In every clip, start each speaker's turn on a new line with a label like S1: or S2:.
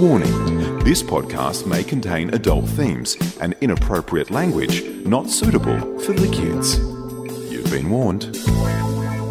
S1: Warning This podcast may contain adult themes and inappropriate language not suitable for the kids. You've been warned.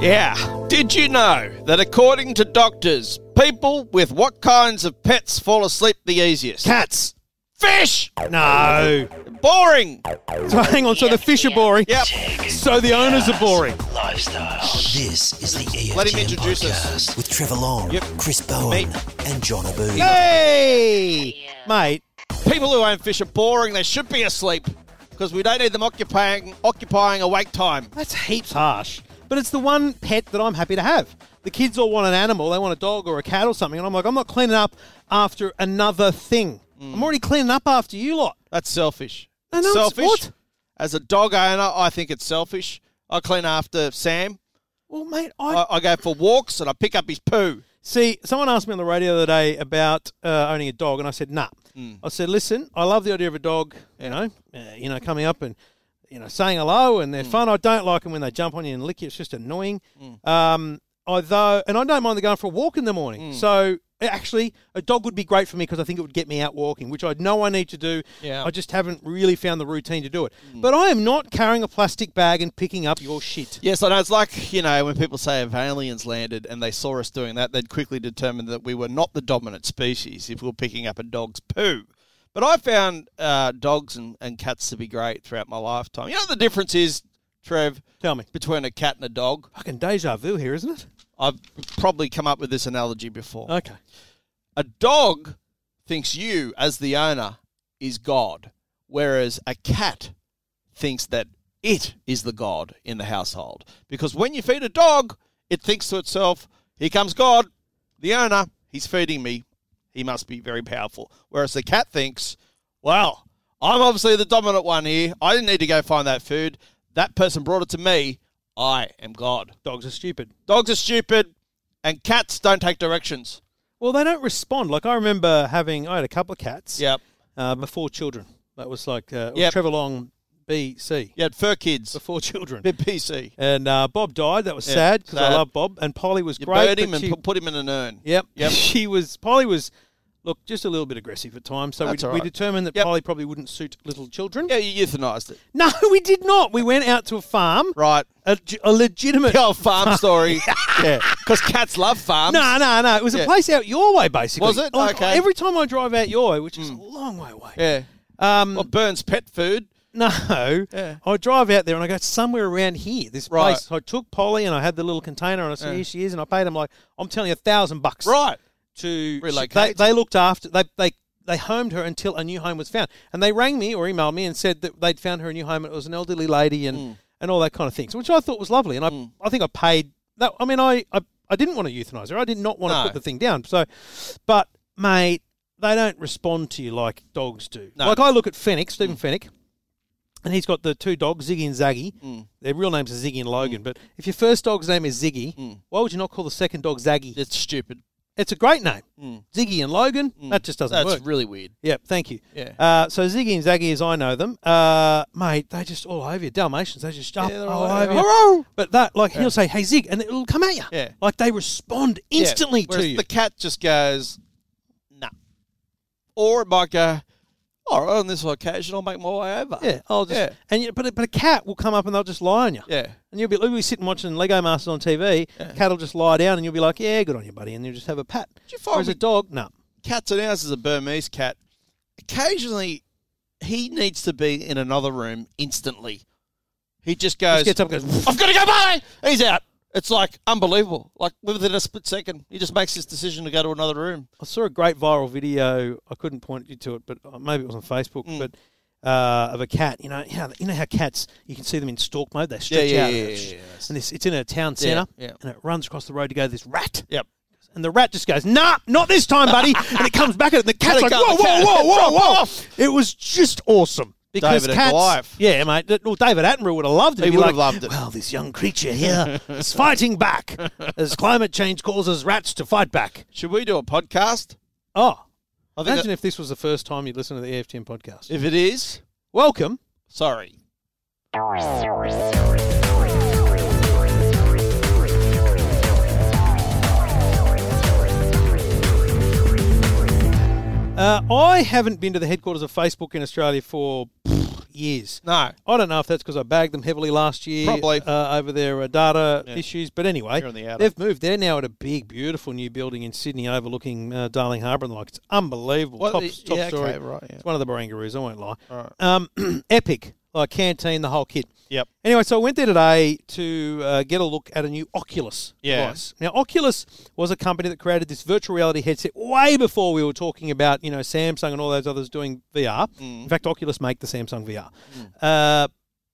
S2: Yeah. Did you know that according to doctors, people with what kinds of pets fall asleep the easiest?
S3: Cats.
S2: Fish!
S3: No.
S2: Boring!
S3: So hang on. So the fish are boring.
S2: Yep.
S3: So the owners are boring.
S4: This is the EOTM
S2: Let him introduce us.
S4: podcast with Trevor Long,
S2: Yep.
S4: Chris Bowen, and John Abu.
S2: Hey!
S3: Mate,
S2: People who own fish are boring. They should be asleep because we don't need them occupying, occupying awake time.
S3: that's heaps harsh. But it's the one pet that I'm happy to have. The kids all want an animal. They want a dog or a cat or something. And I'm like, I'm not cleaning up after another thing. I'm already cleaning up after you lot.
S2: That's selfish.
S3: I know, it's-
S2: selfish.
S3: what?
S2: As a dog owner, I think it's selfish. I clean after Sam.
S3: Well, mate,
S2: I, I go for walks and I pick up his poo.
S3: See, someone asked me on the radio the other day about uh, owning a dog, and I said, "Nah." I said, "Listen, I love the idea of a dog. You know, uh, you know, coming up and you know, saying hello, and they're fun. I don't like them when they jump on you and lick you. It's just annoying. Um, although, and I don't mind them going for a walk in the morning. So." uh, Actually, a dog would be great for me because I think it would get me out walking, which I know I need to do.
S2: Yeah.
S3: I just haven't really found the routine to do it. But I am not carrying a plastic bag and picking up your shit.
S2: Yes, I know. It's like, you know, when people say if aliens landed and they saw us doing that, they'd quickly determine that we were not the dominant species if we were picking up a dog's poo. But I found uh, dogs and, and cats to be great throughout my lifetime. You know what the difference is, Trev,
S3: Tell me,
S2: between a cat and a dog?
S3: fucking deja vu here, isn't it?
S2: I've probably come up with this analogy before.
S3: Okay.
S2: A dog thinks you, as the owner, is God, whereas a cat thinks that it is the God in the household. Because when you feed a dog, it thinks to itself, here comes God, the owner, he's feeding me, he must be very powerful. Whereas the cat thinks, well, I'm obviously the dominant one here, I didn't need to go find that food, that person brought it to me, I am God.
S3: Dogs are stupid.
S2: Dogs are stupid, and cats don't take directions.
S3: Well, they don't respond. Like I remember having, I had a couple of cats.
S2: Yep.
S3: Uh, my four children. That was like uh,
S2: Yep.
S3: Trevor Long, BC.
S2: You had fur kids.
S3: The four children.
S2: Bit PC.
S3: And uh, Bob died. That was
S2: Yeah,
S3: sad because I
S2: sad.
S3: love Bob. And Polly was
S2: You
S3: great.
S2: buried him
S3: but
S2: and
S3: she-
S2: pu- put him in an urn.
S3: Yep.
S2: Yep.
S3: She was Polly was look just a little bit aggressive at times. So we,
S2: That's all
S3: we
S2: right.
S3: determined that
S2: Yep.
S3: Polly probably wouldn't suit little children.
S2: Yeah, you euthanized it.
S3: No, we did not. We went out to a farm,
S2: Right.
S3: a, g- a legitimate.
S2: The old farm story. yeah. Because cats love farms.
S3: No, no, no. It was
S2: Yeah.
S3: a place out your way, basically.
S2: Was it?
S3: Like,
S2: Okay. Hmm.
S3: Every time I drive out your way, which is a long way away.
S2: Yeah.
S3: Um,
S2: Well, Burns pet food.
S3: No,
S2: Yeah.
S3: I drive out there and I go somewhere around here. This
S2: Right.
S3: place. So I took Polly and I had the little container and I said,
S2: Yeah.
S3: "Here she is," and I paid them like I'm telling you a thousand bucks.
S2: Right.
S3: to
S2: Relocate.
S3: They, they looked after. They they they homed her until a new home was found, and they rang me or emailed me and said that they'd found her a new home. and It was an elderly lady and
S2: Mm.
S3: and all that kind of things, which I thought was lovely. And I I think I paid that. I mean, I I, I didn't want to euthanize her. I did not want
S2: No.
S3: to put the thing down. So, but mate. They don't respond to you like dogs do.
S2: No. Mm.
S3: Like I look at Fennec, Stephen Fennec, and he's got the two dogs, Ziggy and Zaggy.
S2: Mm.
S3: Their real names are Ziggy and Logan. But if your first dog's name is Ziggy,
S2: Mm.
S3: why would you not call the second dog Zaggy?
S2: That's stupid.
S3: It's a great name. Ziggy and Logan. That just doesn't
S2: Hmm. That's
S3: work.
S2: really weird.
S3: yep, thank you.
S2: Yeah.
S3: Uh, so Ziggy and Zaggy, as I know them, uh, mate, they just all over you. Dalmatians, they just up
S2: they're
S3: all,
S2: all-
S3: over you. But that, like, he'll say, "Hey Zig," and it'll come at you.
S2: Yeah.
S3: Like they respond instantly
S2: Yeah.
S3: to
S2: Whereas
S3: you.
S2: The cat just goes, nah. Or it might go, all right, on this occasion, I'll make my way over.
S3: yeah. I'll just.
S2: Yeah.
S3: And you, but a- but a cat will come up and they'll just lie on you.
S2: Yeah.
S3: And you'll be, you'll be sitting watching Lego Masters on TV. Cat will just lie down and you'll be like, "Yeah, good on you, buddy," and you'll just have a pat.
S2: you find
S3: Whereas a
S2: with-
S3: dog, no.
S2: cats and ours is a Burmese cat. Occasionally, he needs to be in another room instantly. He just goes,
S3: gets up and goes,
S2: I've got to go, bye. He's out. It's like unbelievable. Like within a split second, he just makes his decision to go to another room.
S3: I saw a great viral video. I couldn't point you to it, but uh, maybe it was on Facebook.
S2: Mm.
S3: But uh, of a cat, you know, you know, you know how cats you can see them in stalk mode. They stretch
S2: yeah,
S3: out,
S2: yeah,
S3: and,
S2: yeah,
S3: it's-
S2: yeah, yeah.
S3: and it's, it's in a town centre,
S2: yeah.
S3: and it runs across the road to go to this rat.
S2: Yep.
S3: And the rat just goes, "Nah, not this time, buddy!" and it comes back at it. And the cat's
S2: it
S3: like,
S2: go-
S3: "Whoa,
S2: the cat-
S3: whoa, whoa, whoa,
S2: Drop
S3: whoa!"
S2: off.
S3: It was just awesome because
S2: David and
S3: cats,
S2: Goliath.
S3: yeah, mate. that- Well, David Attenborough would have loved it.
S2: He
S3: He'd be
S2: would
S3: like,
S2: have loved it.
S3: Well, this young creature here is fighting back as climate change causes rats to fight back.
S2: Should we do a podcast?
S3: Oh,
S2: I think
S3: Imagine if this was the first time you'd listen to the E EFTM podcast.
S2: if it is,
S3: Welcome.
S2: sorry.
S3: Uh, I haven't been to the headquarters of Facebook in Australia for pff, years.
S2: No.
S3: I don't know if that's because I bagged them heavily last year
S2: Probably.
S3: uh, over their uh, data issues. But anyway,
S2: You're on the outer.
S3: they've moved. They're now at a big, beautiful new building in Sydney overlooking uh, Darling Harbour and the like. It's unbelievable.
S2: Well,
S3: top
S2: the-
S3: top
S2: yeah, okay,
S3: story.
S2: right, yeah.
S3: It's one of the Barangaroos, I won't lie. Um, epic. Like canteen, the whole kit.
S2: Yep.
S3: Anyway, so I went there today to uh, get a look at a new Oculus
S2: Yeah.
S3: device. Now, Oculus was a company that created this virtual reality headset way before we were talking about, you know, Samsung and all those others doing VR.
S2: Mm.
S3: In fact, Oculus make the Samsung VR. Uh,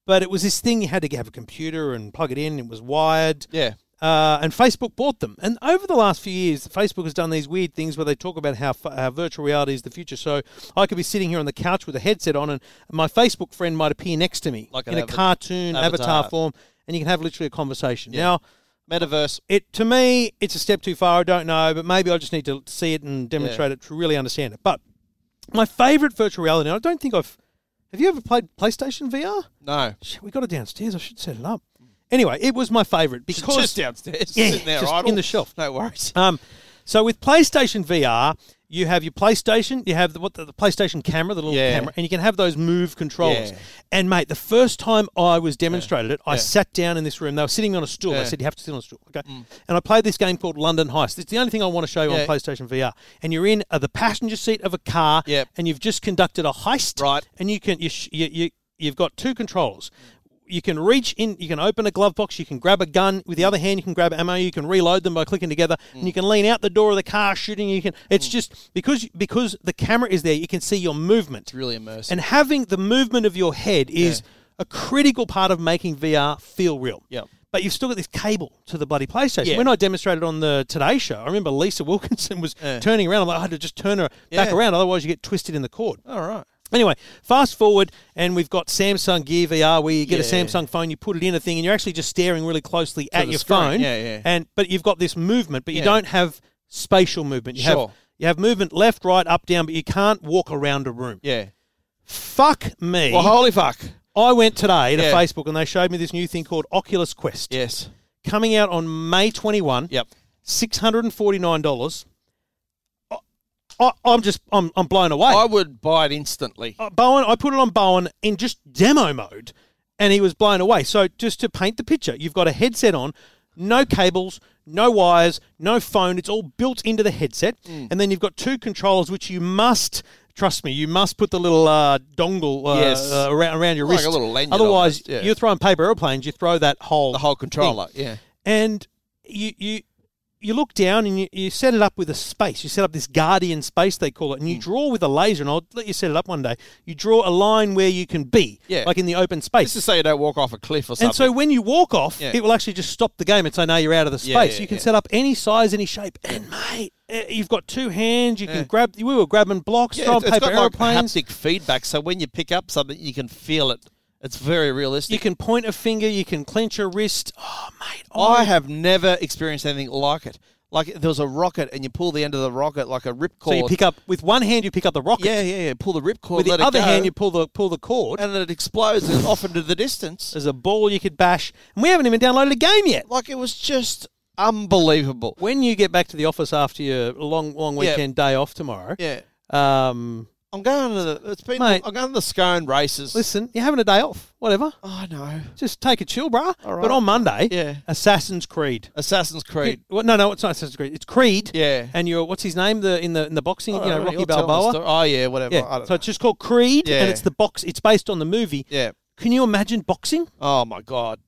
S3: but it was this thing you had to have a computer and plug it in. It was wired
S2: Yeah.
S3: uh, and Facebook bought them. And over the last few years, Facebook has done these weird things where they talk about how, f- how virtual reality is the future. So I could be sitting here on the couch with a headset on, and my Facebook friend might appear next to me
S2: Like an
S3: in a
S2: ava-
S3: cartoon avatar.
S2: avatar.
S3: form, and you can have literally a conversation. Now,
S2: Metaverse.
S3: it to me, it's a step too far. I don't know, but maybe I just need to see it and demonstrate it to really understand it. But my favorite virtual reality, and I don't think I've. Have you ever played PlayStation VR?
S2: No.
S3: Shit, we got it downstairs. I should set it up. Anyway, it was my favorite because
S2: Just downstairs.
S3: Yeah,
S2: sitting there
S3: just
S2: idle.
S3: in the shelf.
S2: No worries.
S3: Um, so with PlayStation VR, you have your PlayStation, you have the, what the, the PlayStation camera, the little
S2: Yeah.
S3: camera, and you can have those move controllers.
S2: Yeah.
S3: And mate, the first time I was demonstrated it, I sat down in this room. They were sitting on a stool.
S2: Yeah. Mm.
S3: They said you have to sit on a stool, okay? And I played this game called London Heist. It's the only thing I want to show you
S2: Yeah.
S3: on PlayStation VR. And you're in uh, the passenger seat of a car,
S2: Yep.
S3: and you've just conducted a heist,
S2: Right.
S3: And you can you, sh- you, you you've got two controllers. You can reach in, you can open a glove box, you can grab a gun with the other hand, you can grab ammo, you can reload them by clicking together, and you can lean out the door of the car shooting. You can.
S2: Mm.
S3: It's just because because the camera is there, you can see your movement.
S2: really immersive.
S3: And having the movement of your head is a critical part of making VR feel real.
S2: Yep.
S3: But you've still got this cable to the bloody PlayStation.
S2: Yeah.
S3: When I demonstrated on the Today Show, I remember Lisa Wilkinson was turning around. I'm like, I had to just turn her back
S2: Yeah.
S3: around, otherwise you get twisted in the cord.
S2: All right.
S3: Anyway, fast forward, and we've got Samsung Gear VR, where you get
S2: Yeah.
S3: a Samsung phone, you put it in a thing, and you're actually just staring really closely at
S2: the
S3: your
S2: screen.
S3: phone.
S2: Yeah, yeah.
S3: And but you've got this movement, but you
S2: Yeah.
S3: don't have spatial movement. You
S2: Sure.
S3: have you have movement left, right, up, down, but you can't walk around a room.
S2: Yeah.
S3: Fuck me!
S2: Well, holy fuck.
S3: I went today to
S2: Yeah.
S3: Facebook, and they showed me this new thing called Oculus Quest,
S2: Yes.
S3: coming out on May 21.
S2: Yep.
S3: six hundred and forty nine dollars. I, I'm just I'm, I'm blown away.
S2: I would buy it instantly.
S3: Uh, Bowen, I put it on Bowen in just demo mode, and he was blown away. So just to paint the picture, you've got a headset on, no cables, no wires, no phone. It's all built into the headset,
S2: Mm.
S3: and then you've got two controllers which you must. Trust me, you must put the little uh, dongle uh,
S2: Yes.
S3: uh, around, around your
S2: Like a
S3: wrist.
S2: little lanyard
S3: Otherwise,
S2: almost, yeah.
S3: you're throwing paper airplanes. You throw that whole
S2: the whole controller. Yeah.
S3: and you you you look down and you, you set it up with a space. You set up this guardian space they call it, and you
S2: Hmm.
S3: draw with a laser. And I'll let you set it up one day. You draw a line where you can be,
S2: Yeah.
S3: like in the open space.
S2: Let's just say you don't walk off a cliff or something.
S3: and so when you walk off,
S2: Yeah.
S3: it will actually just stop the game and say, "No, you're out of the space."
S2: Yeah, yeah,
S3: you can
S2: yeah.
S3: set up any size, any shape, and mate, eh, you've got two hands. You can grab. We were grabbing blocks,
S2: yeah,
S3: throwing
S2: it's, it's
S3: paper
S2: got like
S3: airplanes.
S2: haptic feedback, so when you pick up something, you can feel it. It's very realistic.
S3: you can point a finger. You can clench a wrist. Oh, mate,
S2: I have never experienced anything like it. Like there was a rocket, and you pull the end of the rocket like a ripcord.
S3: So you pick up with one hand, you pick up the rocket.
S2: yeah, yeah, yeah. Pull the ripcord.
S3: With the
S2: let
S3: other
S2: it go,
S3: hand, you pull the pull the cord.
S2: and it explodes and off into the distance.
S3: There's a ball you could bash, and we haven't even downloaded a game yet.
S2: Like it was just unbelievable.
S3: When you get back to the office after your long, long
S2: Yeah.
S3: weekend day off tomorrow,
S2: Yeah,
S3: um,
S2: I'm going to the. It's been.
S3: Mate.
S2: I'm going to the scone races.
S3: listen, you're having a day off, whatever.
S2: I know.
S3: Just take a chill, bruh.
S2: right.
S3: But on Monday,
S2: Yeah.
S3: Assassin's Creed.
S2: Assassin's Creed.
S3: Well, no, no, it's not Assassin's Creed. It's Creed.
S2: Yeah.
S3: And you're what's his name? The in the in the boxing, you know,
S2: Alright,
S3: Rocky
S2: you're telling the
S3: Balboa.
S2: story. Oh yeah, whatever. I
S3: Yeah.
S2: don't
S3: So
S2: know.
S3: it's just called Creed,
S2: Yeah.
S3: and it's the box. It's based on the movie.
S2: Yeah.
S3: Can you imagine boxing?
S2: Oh my god.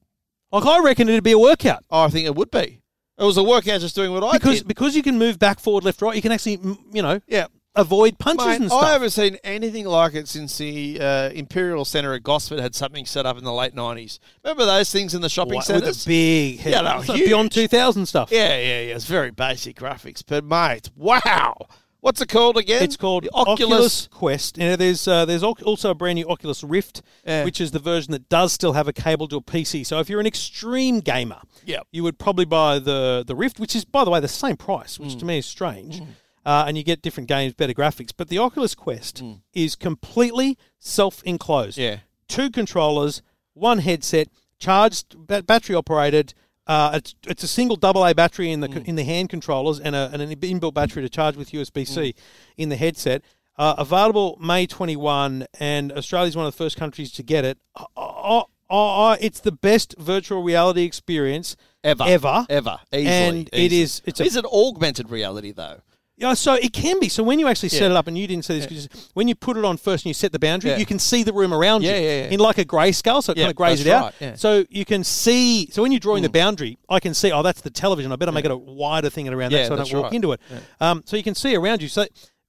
S3: Like I reckon it'd be a workout.
S2: Oh, I think it would be. It was a workout just doing what I
S3: Because
S2: did.
S3: because you can move back, forward, left, right, you can actually mm, you know
S2: yeah.
S3: avoid punches
S2: Mate,
S3: and stuff.
S2: I haven't seen anything like it since the uh, Imperial Centre at Gosford had something set up in the late nineties. Remember those things in the shopping
S3: Like, with
S2: centres?
S3: a big
S2: Yeah, they were
S3: it's like
S2: huge.
S3: beyond 2000 stuff
S2: yeah, yeah, yeah. It's very basic graphics, but mate, wow! What's it called again?
S3: it's called
S2: The
S3: Oculus. Quest you know, there's uh, there's al- also a brand new Oculus Rift
S2: Yeah.
S3: which is the version that does still have a cable to a PC so if you're an extreme gamer
S2: Yep.
S3: you would probably buy the the Rift which is by the way the same price
S2: Mm.
S3: which to me is strange uh, and you get different games better graphics but the Oculus Quest
S2: Mm.
S3: is completely self enclosed
S2: Yeah.
S3: two controllers, one headset, charged ba- battery operated. Uh, it's, it's a single AA
S2: Mm. Mm.
S3: battery in the in the hand controllers and, a, and an inbuilt battery to charge with USB C in the headset. Uh, available May 21, and Australia's one of the first countries to get it. Oh, oh, oh, oh, it's the best virtual reality experience
S2: Ever.
S3: Ever.
S2: Ever. Easily.
S3: And it
S2: easily.
S3: is- it's a-
S2: is it augmented reality, though?
S3: Yeah, so it can be. So when you actually set
S2: Yeah.
S3: it up, and you didn't say this, 'cause when you put it on first and you set the boundary,
S2: Yeah.
S3: you can see the room around
S2: Yeah,
S3: you
S2: yeah, yeah.
S3: in like a grayscale, so it
S2: Yeah,
S3: kind of grays it
S2: that's
S3: out.
S2: right, yeah. Mm.
S3: So you can see. So when you're drawing the boundary, I can see. Oh, that's the television. I better make it a wider thing around
S2: Yeah,
S3: that so I don't
S2: that's
S3: walk
S2: right.
S3: into it. Um, so you can see around you. So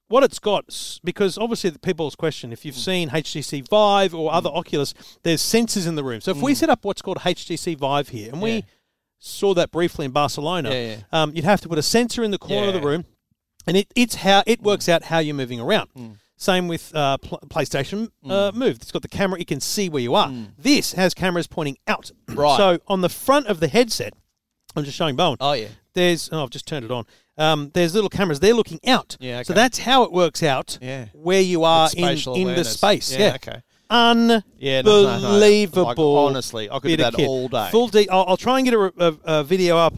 S3: what it's got, s- because obviously the people's question, if you've
S2: Mm.
S3: seen HTC Vive or other Oculus, there's sensors in the room. So if
S2: Mm.
S3: we set up what's called HTC Vive here, and we saw that briefly in Barcelona,
S2: Yeah, yeah.
S3: Um, you'd have to put a sensor in the corner of the
S2: Yeah.
S3: room and it, it's how it works out how you're moving around.
S2: Mm.
S3: Same with uh, pl- PlayStation uh, Move. It's got the camera; it can see where you are. This has cameras pointing out.
S2: Mm. Right.
S3: So on the front of the headset, I'm just showing Bowen.
S2: Oh, yeah.
S3: There's oh, I've just turned it on. Um, there's little cameras. They're looking out.
S2: Yeah,
S3: So
S2: okay.
S3: that's how it works out.
S2: Yeah.
S3: Where you are
S2: With
S3: in,
S2: spatial
S3: in the
S2: awareness.
S3: space.
S2: Yeah,
S3: Yeah.
S2: okay.
S3: Unbelievable.
S2: Yeah, no, no, no. Like, honestly, I could do
S3: bit of
S2: that
S3: kit.
S2: all day.
S3: Full de- I'll, I'll try and get a, re- a, a video up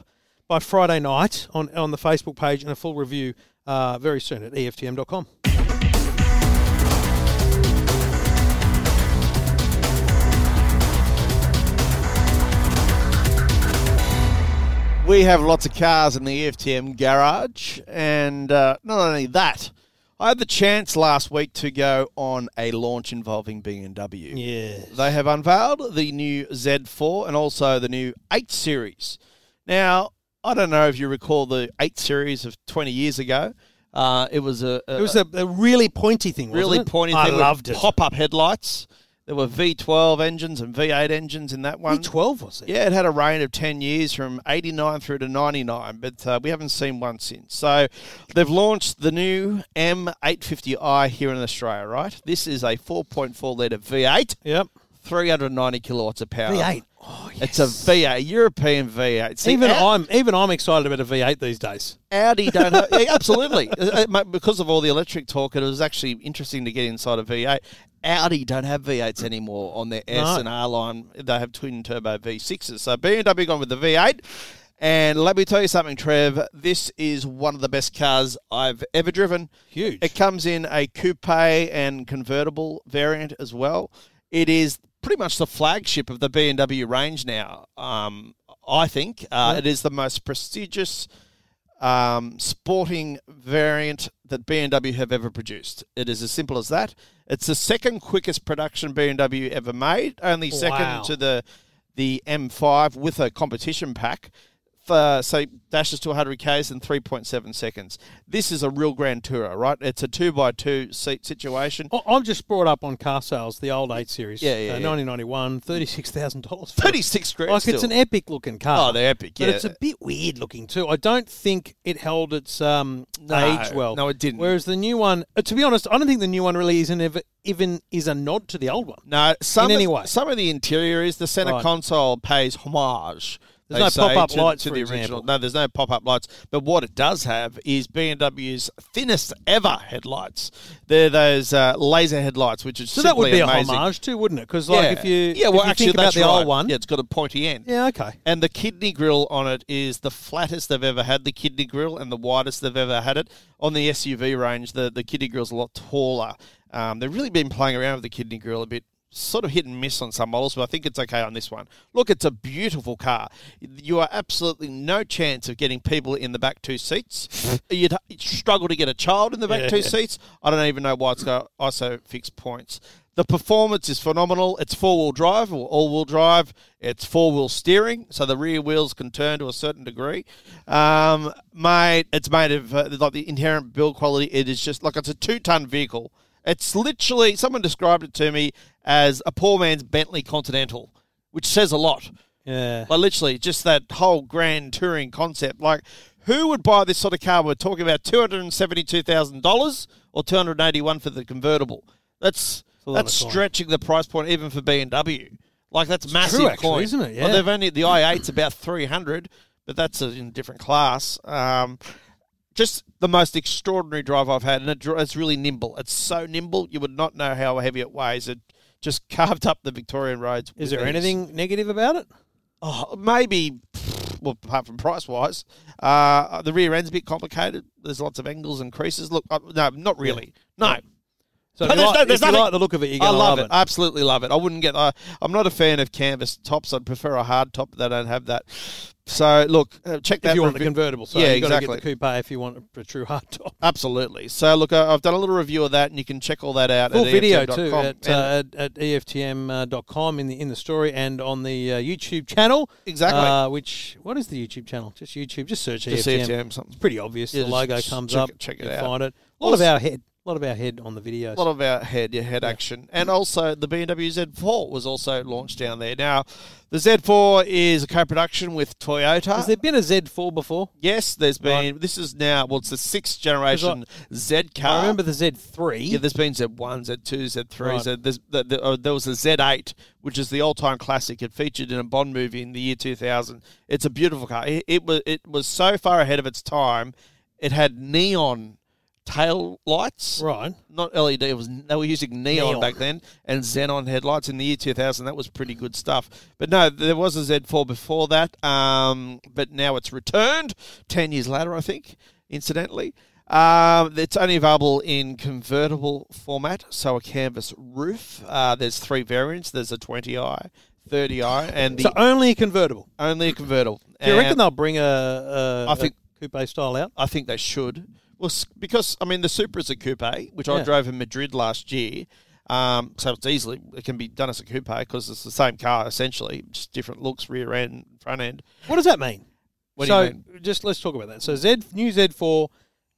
S3: by Friday night on, on the Facebook page and a full review uh, very soon at EFTM.com.
S2: We have lots of cars in the E EFTM garage, and uh, not only that, I had the chance last week to go on a launch involving BMW.
S3: Yes.
S2: They have unveiled the new Z4 and also the new 8 Series. Now, I don't know if you recall the 8 Series of 20 years ago. Uh, it was a, a
S3: It was a, a really pointy thing, wasn't
S2: really
S3: it?
S2: pointy
S3: I
S2: thing
S3: loved
S2: with
S3: it.
S2: pop-up headlights. There were V12 engines and V8 engines in that one.
S3: V12 was it?
S2: Yeah, it had a reign of 10 years from 89 through to 99, but uh, we haven't seen one since. So they've launched the new M850i here in Australia, right? This is a 4.4 litre V8,
S3: Yep.
S2: 390 kilowatts of power.
S3: V8. Oh,
S2: Uh, It's a V8, European V8. See,
S3: even
S2: Au-
S3: I'm even I'm excited about a V8 these days.
S2: Audi don't have, yeah, absolutely. Uh, uh, because of all the electric talk, it was actually interesting to get inside a V8. Audi don't have V8s anymore on their S
S3: No.
S2: and R line. They have twin turbo V6s. So BMW gone with the V8. And let me tell you something, Trev. This is one of the best cars I've ever driven.
S3: Huge.
S2: It comes in a coupe and convertible variant as well. It is pretty much the flagship of the BMW range now. Um, I think uh, it is the most prestigious um, sporting variant that BMW have ever produced. It is as simple as that. It's the second quickest production BMW ever made, only second
S3: Oh, Wow.
S2: to the the M5 with a competition pack. For, so dashes to 100 k's in 3.7 seconds. This is a real grand tourer, right? It's a two by two seat situation.
S3: I- I'm just brought up on car sales, the old 8 series.
S2: Yeah, yeah,
S3: uh,
S2: yeah.
S3: 1991, $36,000. for it.
S2: 36 grand.
S3: Like
S2: still.
S3: it's an epic looking car.
S2: Oh, they're epic,
S3: But
S2: yeah.
S3: it's a bit weird looking too. I don't think it held its um,
S2: No,
S3: age well.
S2: no, it didn't.
S3: Whereas the new one, uh, to be honest, I don't think the new one really isn't ever, even is a nod to the old one.
S2: No, some
S3: any
S2: of,
S3: way.
S2: some of the interior is the center
S3: Right.
S2: console pays homage.
S3: There's
S2: they
S3: no
S2: say,
S3: pop-up
S2: to-
S3: lights,
S2: to
S3: for
S2: the
S3: example.
S2: original. No, there's no pop-up lights. But what it does have is BMW's thinnest ever headlights. They're those uh, laser headlights, which is
S3: So that would be
S2: simply amazing.
S3: a homage too, wouldn't it? Because like
S2: yeah.
S3: if you
S2: yeah, well,
S3: if you
S2: actually,
S3: think about
S2: that's
S3: the
S2: right.
S3: old one,
S2: Yeah, it's got a pointy end.
S3: yeah, okay,
S2: And the kidney grill on it is the flattest they've ever had the kidney grill and the widest they've ever had it. On the SUV range, the, the kidney grill's a lot taller. Um, they've really been playing around with the kidney grill a bit, sort of hit and miss on some models, but I think it's okay on this one. Look, it's a beautiful car. You are absolutely no chance of getting people in the back two seats. You'd, you'd struggle to get a child in the back
S3: Yeah,
S2: two
S3: yeah.
S2: seats. I don't even know why it's got ISO fixed points. The performance is phenomenal. It's four wheel drive or all wheel drive. It's four wheel steering, so the rear wheels can turn to a certain degree. Um, made it's made of uh, like the inherent build quality. It is just like it's a two ton vehicle. It's literally someone described it to me as a poor man's Bentley Continental, which says a lot.
S3: yeah.
S2: Like literally, just that whole grand touring concept. Like, who would buy this sort of car? We're talking about two hundred and seventy-two thousand dollars or two hundred eighty-one for the convertible. That's
S3: a lot
S2: that's
S3: of coin.
S2: stretching the price point even for BMW. Like that's massive
S3: true, actually,
S2: coin,
S3: isn't it?
S2: Well,
S3: Yeah.
S2: they've only the i8's about three hundred, but that's a, in a different class. Um, just the most extraordinary drive I've had, and it, dri- it's really nimble. It's so nimble, you would not know how heavy it weighs. It just carved up the Victorian roads.
S3: Is
S2: with
S3: there
S2: ease.
S3: anything negative about it?
S2: Oh, maybe, well, apart from price wise, uh, the rear end's a bit complicated. There's lots of angles and creases. Look, uh, no, not really. No,
S3: So
S2: But
S3: if you,
S2: there's
S3: like,
S2: no- there's
S3: if you
S2: nothing-
S3: like the look of it, you're
S2: I
S3: gonna
S2: love it.
S3: love,
S2: I absolutely love it. I wouldn't get. I, I'm not a fan of canvas tops. I'd prefer a hard top. They don't have that. So look, uh, check that.
S3: If you
S2: for
S3: want
S2: a
S3: the
S2: bit-
S3: convertible, so
S2: yeah,
S3: you've got
S2: exactly.
S3: to get the coupe if you want a true hard top.
S2: Absolutely. So look, I, I've done a little review of that, and you can check all that out.
S3: Full
S2: at E
S3: video
S2: EFTM.com.
S3: too at,
S2: And-
S3: uh, at, at eftm.com uh, in the in the story and on the uh, YouTube channel.
S2: Exactly.
S3: Uh, which what is the YouTube channel? Just YouTube. Just search E
S2: Just E
S3: EFTM.
S2: EFTM something.
S3: It's pretty obvious.
S2: Yeah,
S3: the
S2: just-
S3: logo
S2: just
S3: comes
S2: check
S3: up.
S2: it- check it
S3: you
S2: out.
S3: Find it. A lot
S2: Also-
S3: of our head. A lot of our head on the videos.
S2: a lot of our head, your head action, and also the BMW Z4 was also launched down there. Now, the Z4 is a co-production with Toyota.
S3: Has there been a Z4 before?
S2: yes, there's been. This is now. Well, it's the sixth generation Z car.
S3: I remember the Z3.
S2: Uh, Yeah, there's been Z1, Z2, Z3.
S3: Right.
S2: Z, there's, the, the, uh, there was a Z8, which is the all-time classic. It featured in a Bond movie in the year 2000. It's a beautiful car. It, it was it was so far ahead of its time. It had neon tail lights,
S3: right.
S2: not LED. It was they were using neon,
S3: Neon.
S2: back then and xenon headlights in the year 2000. That was pretty good stuff. But no, there was a Z4 before that, um, but now it's returned ten years later, I think. Incidentally, um, it's only available in convertible format, so a canvas roof. Uh, there's three variants. There's a 20i, 30i, and the
S3: So only a convertible.
S2: only a convertible.
S3: Do you reckon
S2: And-
S3: they'll bring a, a,
S2: I think-
S3: a coupe style out?
S2: I think they should. Well, s- because I mean, the Supra is a coupe, which I
S3: Yeah.
S2: drove in Madrid last year. Um, so it's easily it can be done as a coupe because it's the same car essentially, just different looks, rear end, front end.
S3: What does that mean?
S2: What
S3: so
S2: do you mean?
S3: just let's talk about that. So Z new Z4,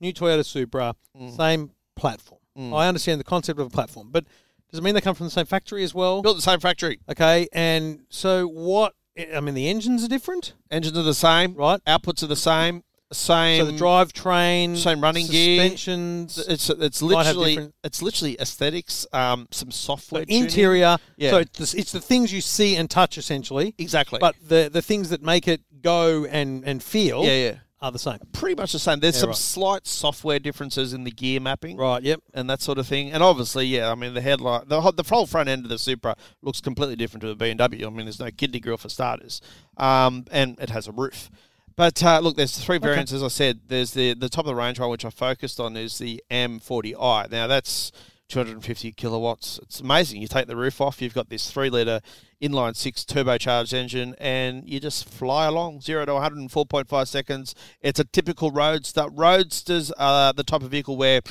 S3: new Toyota Supra,
S2: Mm.
S3: same platform. I understand the concept of a platform, but does it mean they come from the same factory as well?
S2: Built the same factory,
S3: Okay, and so what? I mean, the engines are different,
S2: engines are the same,
S3: Right.
S2: Outputs are the same, same.
S3: so the drivetrain,
S2: same running gear,
S3: suspensions,
S2: It's it's
S3: Might have
S2: literally
S3: different-
S2: it's literally aesthetics, um, some software, tuning.
S3: interior.
S2: Yeah.
S3: So it's the, it's the things you see and touch essentially,
S2: exactly.
S3: but the the things that make it go and and feel
S2: yeah, yeah,
S3: are the same.
S2: pretty much the same. There's some
S3: right.
S2: slight software differences in the gear mapping,
S3: Right. Yep.
S2: and that sort of thing. And obviously, yeah, I mean the headlight, the, ho- the whole front end of the Supra looks completely different to the BMW. I mean, there's no kidney grill for starters, um, and it has a roof. But uh, look, there's three variants, as I said. There's the the top of the range one, which I focused on, is the M40i. Now that's 250 kilowatts. It's amazing. You take the roof off, you've got this three liter inline six turbocharged engine, and you just fly along zero to 104.5 seconds. It's a typical roadster. Roadsters are the type of vehicle where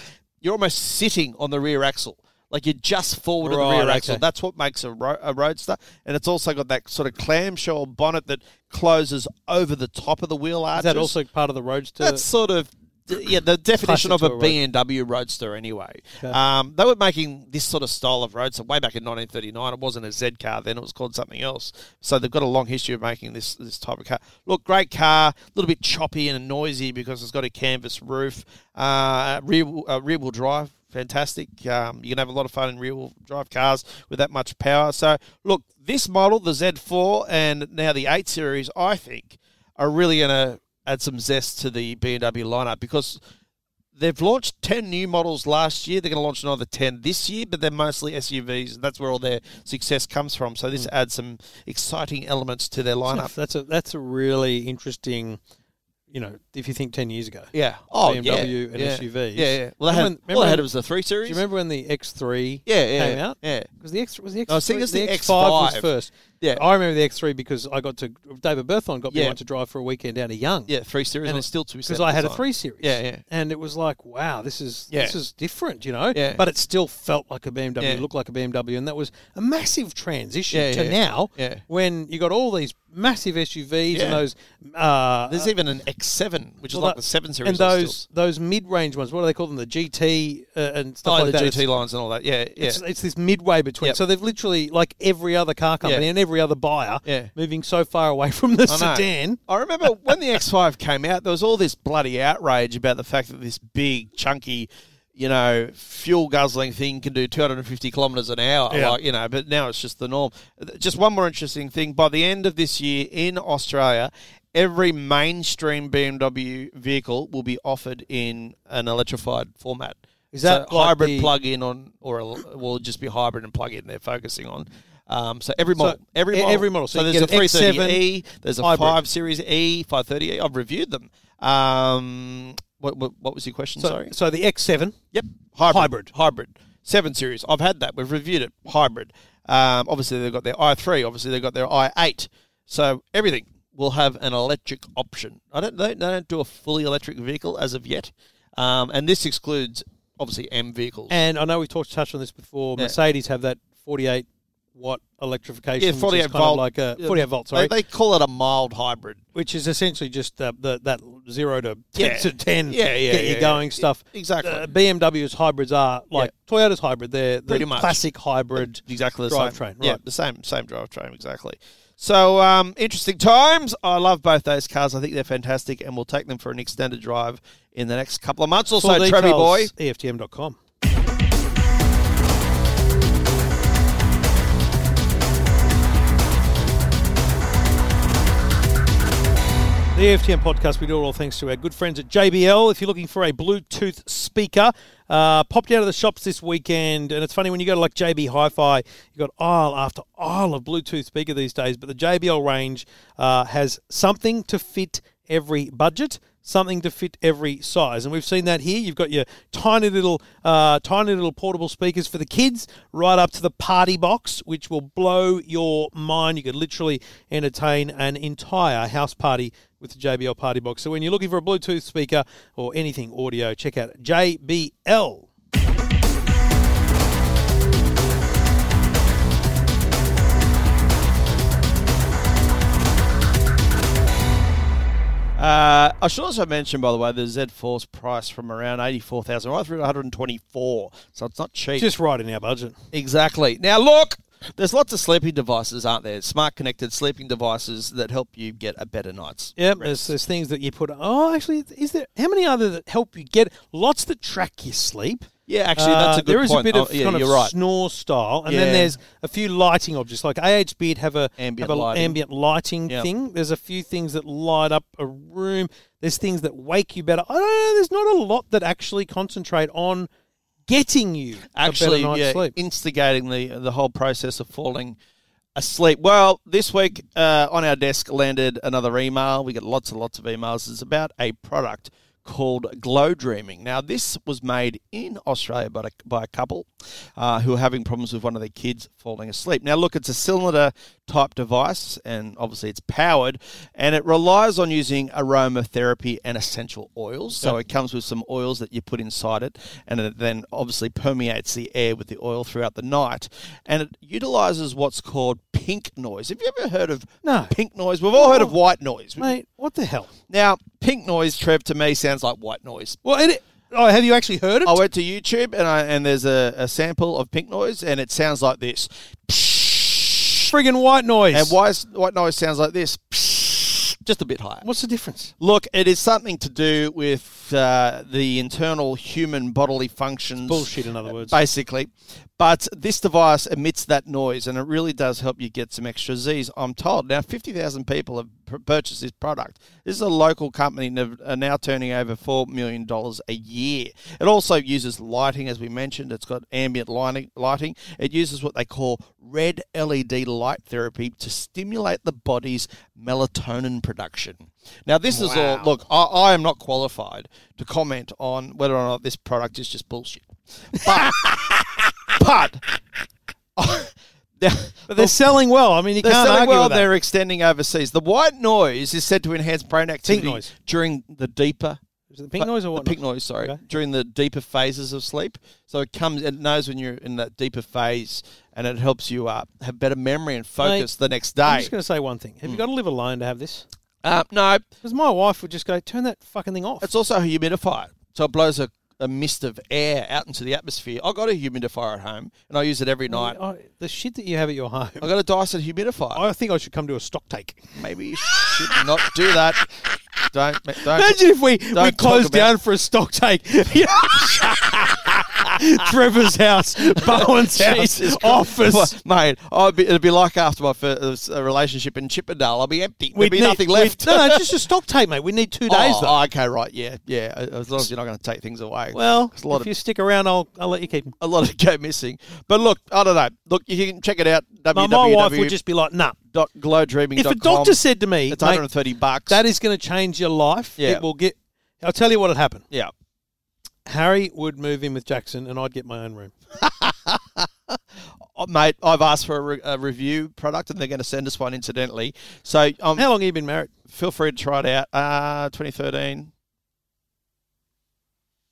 S2: you're almost sitting on the rear axle. Like you're just forward of the
S3: Right,
S2: rear
S3: okay.
S2: axle. That's what makes a, ro- a roadster. And it's also got that sort of clamshell bonnet that closes over the top of the wheel
S3: Is
S2: arches.
S3: that also part of the roadster?
S2: That's sort of yeah the definition
S3: Classic
S2: of a
S3: to a road-
S2: BMW roadster anyway. Um, they were making this sort of style of roadster way back in 1939. It wasn't a Z car then; it was called something else. So they've got a long history of making this this type of car. Look, great car, a little bit choppy and noisy because it's got a canvas roof, uh, rear uh, rear wheel drive. Fantastic. Um, you can have a lot of fun in rear wheel drive cars with that much power. So, look, this model, the Z4 and now the 8 Series, I think, are really going to add some zest to the BMW lineup because they've launched 10 new models last year. They're going to launch another 10 this year, but they're mostly SUVs. That's where all their success comes from. So
S3: Hmm.
S2: this adds some exciting elements to their lineup.
S3: That's- That's a that's a really interesting, you know, if you think ten years ago.
S2: Yeah. Oh,
S3: BMW
S2: yeah.
S3: and
S2: yeah.
S3: SUVs.
S2: Yeah, yeah. Well, they
S3: Remember
S2: had,
S3: when- remember
S2: all they had
S3: when-
S2: was the 3
S3: Do
S2: Series.
S3: you remember when the X3
S2: Yeah, yeah.
S3: came out?
S2: Yeah.
S3: Because the X was the X.
S2: I was thinking it's the
S3: X5 was
S2: X5.
S3: first.
S2: Yeah.
S3: I remember the X3 because I got to David Berthon got
S2: Yeah.
S3: me one to drive for a weekend down to Young.
S2: Yeah, 3 Series and,
S3: And
S2: it's still too
S3: Because I had a three series,
S2: Yeah, yeah.
S3: and it was like, wow, this is
S2: Yeah.
S3: this is different, you know.
S2: Yeah.
S3: But it still felt like a BMW,
S2: Yeah.
S3: looked like a BMW, and that was a massive transition
S2: Yeah,
S3: to
S2: yeah.
S3: now,
S2: Yeah.
S3: when you got all these massive SUVs
S2: Yeah.
S3: and those uh,
S2: There's even an X7, which is
S3: well,
S2: like
S3: that-
S2: the 7 Series.
S3: and
S2: that's still-
S3: those those mid range ones. What do they call them? The GT uh, and stuff
S2: Oh,
S3: like
S2: the
S3: that.
S2: GT
S3: It's-
S2: lines and all that. Yeah, yeah.
S3: It's, it's this midway between.
S2: Yep.
S3: So they've literally, like every other car company
S2: Yeah.
S3: and every other buyer,
S2: Yeah.
S3: moving so far away from the
S2: I know.
S3: sedan.
S2: I remember when the X5 came out, there was all this bloody outrage about the fact that this big, chunky, you know, fuel guzzling thing can do 250 kilometres an hour.
S3: Yeah.
S2: Like, you know, but now it's just the norm. Just one more interesting thing. By the end of this year in Australia, every mainstream BMW vehicle will be offered in an electrified format.
S3: Is that
S2: So
S3: like
S2: hybrid
S3: the-
S2: plug-in on, or el- will just be hybrid and plug-in? They're focusing on. Um, so every
S3: So
S2: model, every
S3: e-
S2: model,
S3: every model. So you
S2: there's a E,
S3: get an X7
S2: 330e, there's a
S3: hybrid.
S2: 5 Series E, 530e. I've reviewed them. Um, what, what, what was your question?
S3: So,
S2: Sorry.
S3: so the X7.
S2: Yep. Hybrid. Hybrid. 7 Series. I've had that. We've reviewed it. Hybrid. Um, obviously, they've got their i3. Obviously, they've got their i8. So everything will have an electric option. I don't. They, they don't do a fully electric vehicle as of yet, um, and this excludes obviously M vehicles.
S3: And I know we've talked touched on this before.
S2: Yeah.
S3: Mercedes have that 48 watt electrification.
S2: yeah,
S3: which is
S2: 48
S3: kind of
S2: volt,
S3: like a
S2: yeah,
S3: 48 volt. Sorry,
S2: they, they call it a mild hybrid.
S3: which is essentially just uh, the that zero to ten
S2: Yeah.
S3: to ten.
S2: Yeah, yeah,
S3: get
S2: yeah,
S3: you
S2: yeah.
S3: going stuff.
S2: Exactly.
S3: Uh, BMW's hybrids are like Toyota's hybrid. They're the
S2: Pretty much.
S3: classic hybrid.
S2: exactly the
S3: drivetrain,
S2: same
S3: right.
S2: Yeah, the same same drivetrain exactly. So um, interesting times. I love both those cars. I think they're fantastic, and we'll take them for an extended drive in the next couple of months or so.
S3: Full
S2: Trevi boy,
S3: details, EFTM.com. The EFTM podcast, we do it all thanks to our good friends at JBL. If you're looking for a Bluetooth speaker, uh, popped out of the shops this weekend. And it's funny when you go to like JB Hi Fi, you've got aisle after aisle of Bluetooth speaker these days. But the JBL range uh, has something to fit every budget. Something to fit every size, and we've seen that here. You've got your tiny little, uh, tiny little portable speakers for the kids, right up to the party box, which will blow your mind. You could literally entertain an entire house party with the JBL Party Box. So when you're looking for a Bluetooth speaker or anything audio, check out JBL.
S2: Uh, I should also mention, by the way, the Z Force price from around eighty four thousand right through to one hundred and twenty four. So it's not cheap.
S3: Just right in our budget.
S2: Exactly. Now, look, there's lots of sleeping devices, aren't there? Smart connected sleeping devices that help you get a better night's.
S3: Yep, there's, there's things that you put. Oh, actually, is there how many other that help you get? Lots that track your sleep.
S2: Yeah, actually, that's
S3: Uh,
S2: a good
S3: There is
S2: point.
S3: a bit of
S2: Oh, yeah,
S3: kind
S2: you're
S3: of
S2: right.
S3: snore style, and
S2: Yeah.
S3: then there's a few lighting objects like AH Beard have a
S2: Ambient
S3: have a
S2: lighting.
S3: ambient lighting
S2: Yep.
S3: thing. There's a few things that light up a room. There's things that wake you better. I don't know. There's not a lot that actually concentrate on getting you
S2: Actually,
S3: a better night's
S2: yeah,
S3: sleep.
S2: instigating the the whole process of falling asleep. Well, this week uh, on our desk landed another email. We get lots and lots of emails. It's about a product called Glow Dreaming. Now, this was made in Australia by a, by a couple uh, who are having problems with one of their kids falling asleep. Now, look, it's a cylinder type device, and obviously it's powered, and it relies on using aromatherapy and essential oils. So it comes with some oils that you put inside it, and it then obviously permeates the air with the oil throughout the night, and it utilizes what's called pink noise. Have you ever heard of
S3: No.
S2: pink noise? We've all heard of white noise.
S3: Mate, what the hell?
S2: Now, pink noise, Trev, to me sounds like white noise.
S3: Well, it, oh, have you actually heard it?
S2: I went to YouTube and I and there's a, a sample of pink noise, and it sounds like this.
S3: friggin' white noise.
S2: And why is, white noise sounds like this? Just a bit higher.
S3: What's the difference?
S2: Look, it is something to do with uh, the internal human bodily functions.
S3: Bullshit, in other words.
S2: Basically. But this device emits that noise and it really does help you get some extra Z's, I'm told. Now, 50,000 people have pur- purchased this product. This is a local company and they've- are now turning over $4 million a year. It also uses lighting, as we mentioned. It's got ambient lighting. lighting. It uses what they call red LED light therapy to stimulate the body's melatonin production. Now, this is all, look, I, I am not qualified to comment on whether or not this product is just bullshit. But. But
S3: But they're selling well. I mean, you
S2: they're
S3: can't
S2: selling
S3: argue
S2: well.
S3: with that.
S2: They're extending overseas. The white noise is said to enhance brain activity
S3: noise.
S2: during the deeper.
S3: Is it the pink noise or
S2: the
S3: what?
S2: Pink noise, sorry,
S3: Okay.
S2: during the deeper phases of sleep. So it comes, it knows when you're in that deeper phase, and it helps you uh, have better memory and focus the next
S3: I'm
S2: day.
S3: just going to say one thing.
S2: Hmm.
S3: Have you got to live alone to have this?
S2: Uh, no,
S3: Because my wife would just go, turn that fucking thing off.
S2: it's also a humidifier, so it blows a, a mist of air out into the atmosphere. I got a humidifier at home, and I use it every night.
S3: I, the shit that you have at your home.
S2: I got a Dyson humidifier.
S3: I think I should come to a stock take.
S2: Maybe you should not do that. Don't don't.
S3: Imagine if we, we
S2: talk
S3: closed
S2: about-
S3: down for a stock take. Trevor's house, Bowen's house,
S2: Jesus Christ.
S3: office.
S2: Well, mate. I'd be, it'd be like after my first uh, relationship in Chippendale. I'll be empty. There'd
S3: We'd
S2: be
S3: need-
S2: nothing
S3: we'd-
S2: left.
S3: No, no, just a stock take, mate. We need two days,
S2: oh,
S3: though.
S2: oh, okay, right, yeah, yeah. As long as you're not going to take things away.
S3: well,
S2: It's a lot
S3: if
S2: of
S3: you stick around, I'll, I'll let you keep 'em.
S2: a lot of go missing. But look, I don't know. Look, you can check it out.
S3: My, my wife would just be like, nah.
S2: www.glowdreaming.com.
S3: If a doctor said to me,
S2: it's
S3: "Mate,
S2: 130 bucks,
S3: that is going to change your life,
S2: Yeah.
S3: it will get. I'll tell you what had happened.
S2: yeah.
S3: Harry would move in with Jackson, and I'd get my own room.
S2: oh, mate, I've asked for a, re- a review product, and they're going to send us one. Incidentally, so um,
S3: How long have you been married?
S2: feel free to try it out. Uh, 2013.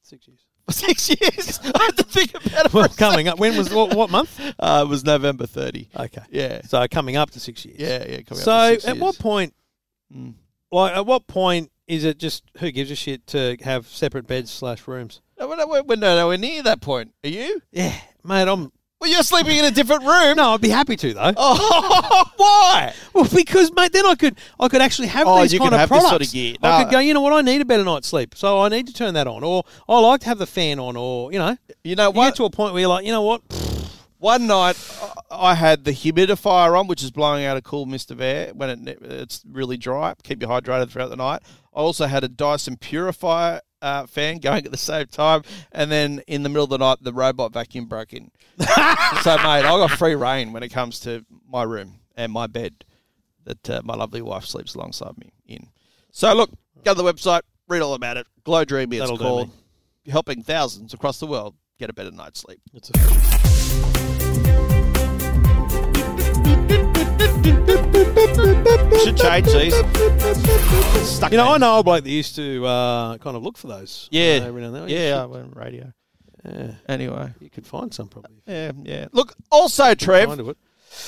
S3: Six years.
S2: Six years. I had to think about it.
S3: Well, coming up. When was what, what month?
S2: Uh, it was November 30.
S3: Okay.
S2: Yeah.
S3: So coming up to six years.
S2: Yeah, yeah. Coming
S3: Uh, So
S2: up to
S3: at
S2: six years.
S3: what point?
S2: Mm.
S3: Like, at what point is it just who gives a shit to have separate beds slash rooms?
S2: No, we're, not- we're, we're nowhere near that point. Are you?
S3: Yeah, mate. I'm.
S2: Well, you're sleeping in a different room.
S3: No, I'd be happy to though.
S2: Oh, why?
S3: Well, because mate, then I could I could actually have
S2: Oh,
S3: these
S2: you
S3: kind
S2: can
S3: of
S2: have this
S3: products.
S2: sort of gear.
S3: I
S2: No.
S3: could go. You know what? I need a better night's sleep, so I need to turn that on, or I like to have the fan on, or you know,
S2: You know
S3: you
S2: what?
S3: get to a point where you're like, you know what?
S2: One night, I I had the humidifier on, which is blowing out a cool mist of air when it, ne- it's really dry. Keep you hydrated throughout the night. I also had a Dyson purifier uh, fan going at the same time, and then in the middle of the night, the robot vacuum broke in. so, mate, I got free reign when it comes to my room and my bed that uh, my lovely wife sleeps alongside me in. So, look, go to the website, read all about it. Glow Dreamy, it's
S3: That'll do
S2: called. Helping thousands across the world get a better night's sleep.
S3: It's a-
S2: Should change these. Stuck
S3: you know, I
S2: names.
S3: know a bloke that used to uh, kind of look for those. uh,
S2: Yeah.
S3: every now and then.
S2: Yeah, I went on radio.
S3: yeah.
S2: Anyway.
S3: You could find some probably.
S2: Yeah, yeah. Look, also, Trev.
S3: Find it.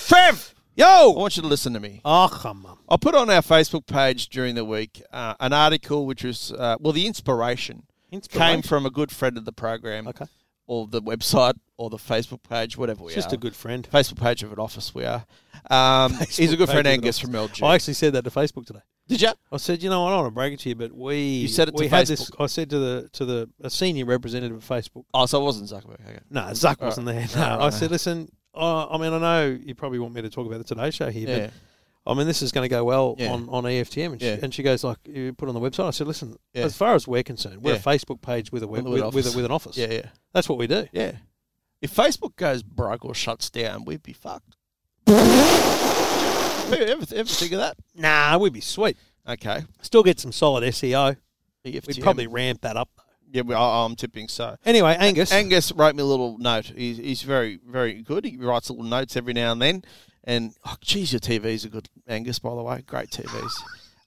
S2: Trev! Yo! I want you to listen to me.
S3: Oh, come on.
S2: I put on our Facebook page during the week uh, an article which was, uh, well, the inspiration,
S3: Inspiration?
S2: came from a good friend of the program.
S3: Okay.
S2: Or the website or the Facebook page, whatever we
S3: It's just
S2: are.
S3: a good friend.
S2: Facebook page of an office we are. Um, he's a good
S3: Facebook
S2: friend,
S3: page of
S2: Angus
S3: the-
S2: from LG.
S3: I actually said that to Facebook today.
S2: Did you?
S3: I said, you know, what, I don't want to brag it to you, but we
S2: You said it to
S3: we had this. I said to the to the a senior representative at Facebook.
S2: Oh, so it wasn't Zuckerberg. Okay.
S3: No, Zuck wasn't there. No,
S2: Alright.
S3: I said, listen. Uh, I mean, I know you probably want me to talk about the Today Show here,
S2: Yeah.
S3: but I mean, this is going to go well
S2: Yeah.
S3: on, E on EFTM. And,
S2: Yeah.
S3: she, and she goes, like, you put on the website. I said, listen,
S2: Yeah.
S3: as far as we're concerned, we're
S2: Yeah.
S3: a Facebook page with a web,
S2: With
S3: with,
S2: an
S3: with,
S2: office.
S3: a, with an office.
S2: Yeah, yeah.
S3: That's what we do.
S2: Yeah. If Facebook goes broke or shuts down, we'd be fucked. ever, ever think of that?
S3: Nah, we'd be sweet.
S2: Okay.
S3: Still get some solid SEO. We'd
S2: EFTM.
S3: probably ramp that up.
S2: Yeah, we, I, I'm tipping so.
S3: Anyway, Angus.
S2: Angus wrote me a little note. He's, he's very, very good. He writes little notes every now and then. And, oh, geez, your TVs are good, Angus, by the way. Great TVs.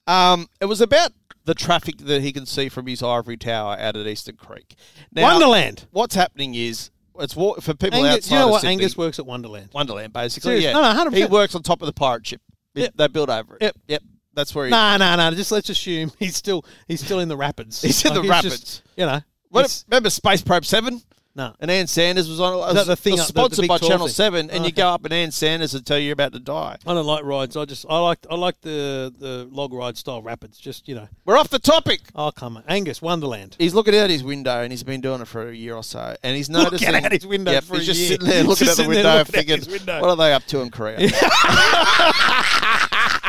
S2: um, it was about the traffic that he can see from his ivory tower out at Eastern Creek. Now,
S3: Wonderland.
S2: What's happening is, it's wa- for people
S3: Angus,
S2: outside
S3: you know
S2: of
S3: what?
S2: Sydney-
S3: Angus works at Wonderland.
S2: Wonderland, basically.
S3: Serious-
S2: Yeah,
S3: no, no, 100%.
S2: He works on top of the pirate ship. It-
S3: Yep.
S2: They built over it.
S3: Yep.
S2: yep. That's where he.
S3: No, no, no. Just let's assume he's still he's still in the rapids.
S2: He's in the
S3: just,
S2: rapids.
S3: you know.
S2: What-
S3: he's-
S2: remember Space Probe Seven?
S3: No.
S2: And Ann Sanders was on. it
S3: that the thing
S2: was
S3: up- the- the
S2: sponsored
S3: big
S2: by
S3: tall
S2: Channel
S3: thing?
S2: Seven, and
S3: Oh,
S2: you
S3: okay.
S2: go up and Ann Sanders and tell you you're about to die.
S3: I don't like rides. I just I like I like the the log ride style rapids. Just you know.
S2: We're off the topic.
S3: Oh come on, Angus Wonderland.
S2: He's looking out his window, and he's been doing it for a year or so, and he's noticing.
S3: out his window
S2: Yep,
S3: for
S2: he's
S3: a
S2: just
S3: year.
S2: sitting there looking
S3: Just
S2: out the
S3: sitting there
S2: window,
S3: looking out
S2: thinking,
S3: his window.
S2: "What are they up to in Korea?"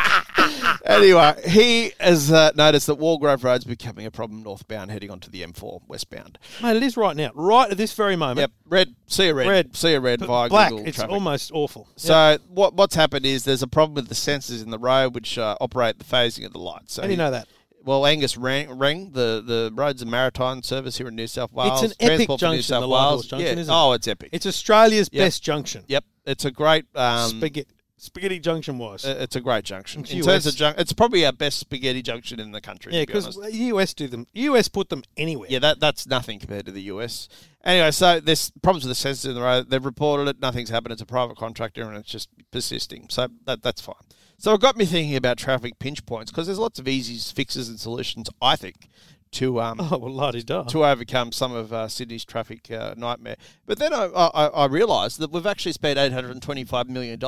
S2: anyway, he has uh, noticed that Wargrove Road's becoming a problem northbound, heading onto the M4 westbound.
S3: Mate, it is right now, right at this very moment.
S2: Yep, red. See a red.
S3: Red.
S2: See a red via
S3: Black.
S2: Google
S3: It's
S2: traffic.
S3: almost awful.
S2: so what what's happened is there's a problem with the sensors in the road which uh, operate the phasing of the lights. So
S3: How do you know that?
S2: Well, Angus rang, rang the, the Roads and Maritime Service here in New South Wales.
S3: an epic
S2: Transport for New
S3: junction,
S2: South
S3: the Light
S2: Wales.
S3: Horse Junction,
S2: yeah.
S3: isn't it?
S2: Oh, it's epic.
S3: It's Australia's
S2: Yep.
S3: best junction.
S2: yep, it's a great um,
S3: Spaghetti, spaghetti junction wise.
S2: uh, it's a great junction.
S3: It's
S2: In
S3: US.
S2: terms of jun- it's probably our best spaghetti junction in the country.
S3: yeah,
S2: to be
S3: because
S2: honest.
S3: the US do them. US put them anywhere.
S2: Yeah, that that's nothing compared to the US. Anyway, so there's problems with the sensors in the road. They've reported it. Nothing's happened. It's a private contractor, and it's just persisting. So that that's fine. So it got me thinking about traffic pinch points because there's lots of easy fixes and solutions. I think to um,
S3: Oh well, la di da.
S2: to overcome some of uh, Sydney's traffic uh, nightmare. But then I, I, I realised that we've actually spent $825 million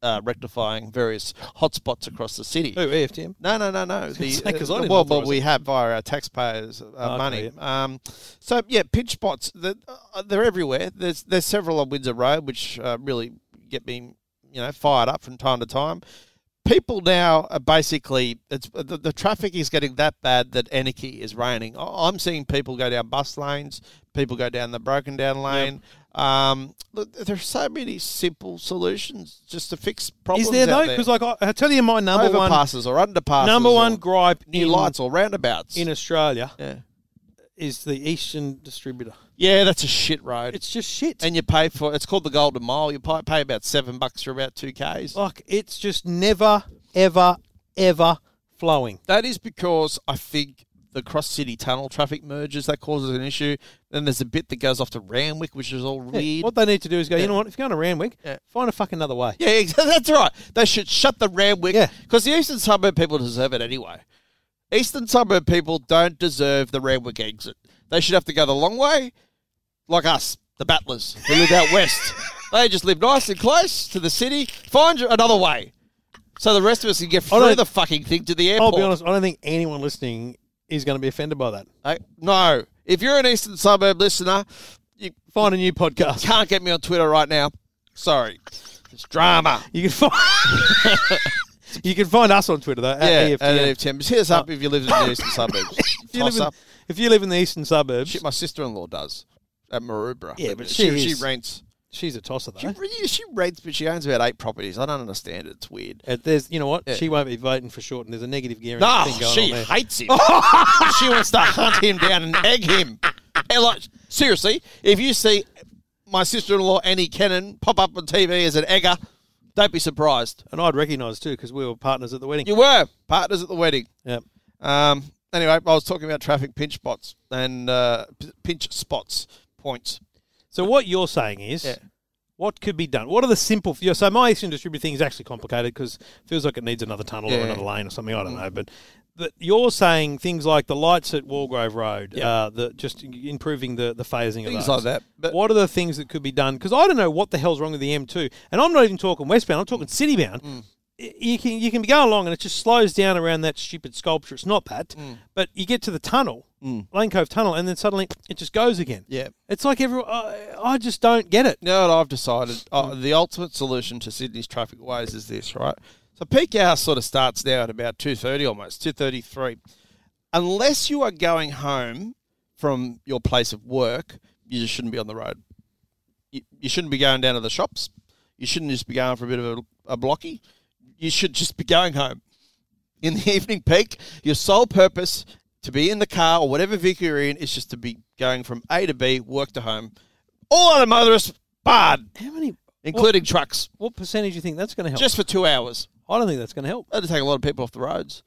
S2: uh, rectifying various hotspots across the city.
S3: Oh, EFTM.
S2: No, no, no, no. The,
S3: say, 'cause I
S2: uh,
S3: didn't
S2: well, well,
S3: authorise
S2: we have via our taxpayers' uh,
S3: Oh,
S2: money. Um, so yeah, pinch spots. That uh, they're everywhere. There's there's several on Windsor Road which uh, really get me, you know, fired up from time to time. People now are basically it's uh, the, the traffic is getting that bad that anarchy is reigning. I- I'm seeing people go down bus lanes, people go down the broken down lane. Um, look, there are so many simple solutions just to fix problems.
S3: Is there
S2: out
S3: though? Because like I, I tell you, my number one
S2: overpasses or underpasses,
S3: number
S2: or
S3: one gripe
S2: new
S3: in,
S2: lights or roundabouts.
S3: in Australia
S2: yeah,
S3: is the Eastern Distributor.
S2: Yeah, that's a shit road.
S3: It's just shit.
S2: and you pay for it's called the Golden Mile. You pay, pay about seven bucks for about two k's.
S3: like it's just never, ever, ever flowing.
S2: That is because I think the cross city tunnel traffic merges that causes an issue. Then there's a bit that goes off to Ranwick, which is all
S3: Yeah,
S2: weird.
S3: What they need to do is go.
S2: Yeah.
S3: You know what? If you're going to Randwick,
S2: Yeah.
S3: find a fucking another way.
S2: Yeah, ex- that's right. They should shut the Ramwick
S3: Yeah.
S2: because the eastern suburb people deserve it anyway. Eastern suburb people don't deserve the Ramwick exit. They should have to go the long way, like us, the battlers who live out west. They just live nice and close to the city. Find your- another way, so the rest of us can get
S3: I
S2: through
S3: don't-
S2: the fucking thing to the
S3: I'll
S2: airport.
S3: be honest. I don't think anyone listening is going to be offended by that.
S2: I- no, if you're an eastern suburb listener, you
S3: Find a new podcast.
S2: can't get me on Twitter right now. Sorry, it's drama.
S3: You can find. you can find us on Twitter though. At E
S2: Yeah,
S3: EFTM.
S2: at E EFTM. Hit us up if you live in the eastern suburbs.
S3: If you, live
S2: Toss
S3: in,
S2: up.
S3: if you live in the eastern suburbs,
S2: Shit, my sister-in-law does at Maroubra.
S3: Yeah, but she
S2: she,
S3: is-
S2: rents.
S3: she's a tosser
S2: She,
S3: though.
S2: re- she rents, but she owns about eight properties. I don't understand it. It's weird.
S3: Uh, there's, you know what?
S2: Yeah.
S3: She won't be voting for Shorten. There's a negative gearing
S2: No,
S3: thing going
S2: she
S3: on there.
S2: hates him. she wants to hunt him down and egg him. And like, seriously, if you see my sister-in-law Annie Cannon pop up on TV as an egger, don't be surprised.
S3: and I'd recognise too because we were partners at the wedding.
S2: You were partners at the wedding.
S3: yeah.
S2: Um, anyway, I was talking about traffic pinch spots and uh, p- pinch spots points.
S3: So what you're saying is,
S2: Yeah.
S3: what could be done? What are the simple? Yeah, so my eastern distributor thing is actually complicated because feels like it needs another tunnel
S2: Yeah. Mm.
S3: or another lane or something. I don't know, but. But you're saying things like the lights at Walgrove Road, uh, the, just improving the, the phasing of
S2: Things like
S3: those.
S2: that, but-
S3: what are the things that could be done? Because I don't know what the hell's wrong with the M2, and I'm not even talking westbound. I'm talking citybound.
S2: Mm.
S3: Y- You can you can be going along and it just slows down around that stupid sculpture. It's not that,
S2: Mm.
S3: but you get to the tunnel, Lane Cove Tunnel, and then suddenly it just goes again.
S2: Yeah.
S3: It's like every I, I just don't get it.
S2: You know what I've decided? Uh, the ultimate solution to Sydney's traffic ways is this, right? So peak hour sort of starts now at about two thirty, almost two thirty-three. Unless you are going home from your place of work, you just shouldn't be on the road. You, you shouldn't be going down to the shops. You shouldn't just be going for a bit of a, a blocky. You should just be going home in the evening peak. Your sole purpose to be in the car or whatever vehicle you're in is just to be going from A to B, work to home. All other motorists barred,
S3: How many?
S2: including trucks,
S3: What percentage do you think that's going to help?
S2: just for two hours.
S3: I don't think that's going to help.
S2: That'd take a lot of people off the roads.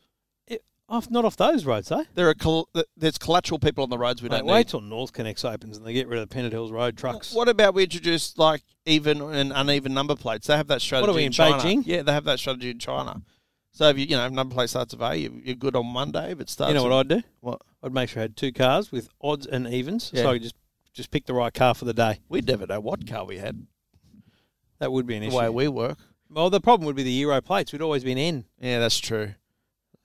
S3: It, off, not off those roads, though.
S2: There are col- th- there's collateral people on the roads we
S3: Mate,
S2: don't
S3: wait
S2: need.
S3: till North Connects opens and they get rid of the Pennant Hills Road trucks.
S2: What about we introduce like even and uneven number plates? They have that strategy
S3: we in
S2: China.
S3: Beijing?
S2: Yeah, they have that strategy in China. So if you you know if number plate starts of A, you- you're good on Monday. If it starts,
S3: you know what I'd do?
S2: What?
S3: I'd make sure I had two cars with odds and evens,
S2: Yeah.
S3: so I could just just pick the right car for the day.
S2: we never know what car we had.
S3: That would be an
S2: The
S3: issue.
S2: way we work.
S3: well, the problem would be the Euro plates. We'd always be an N.
S2: Yeah, that's true.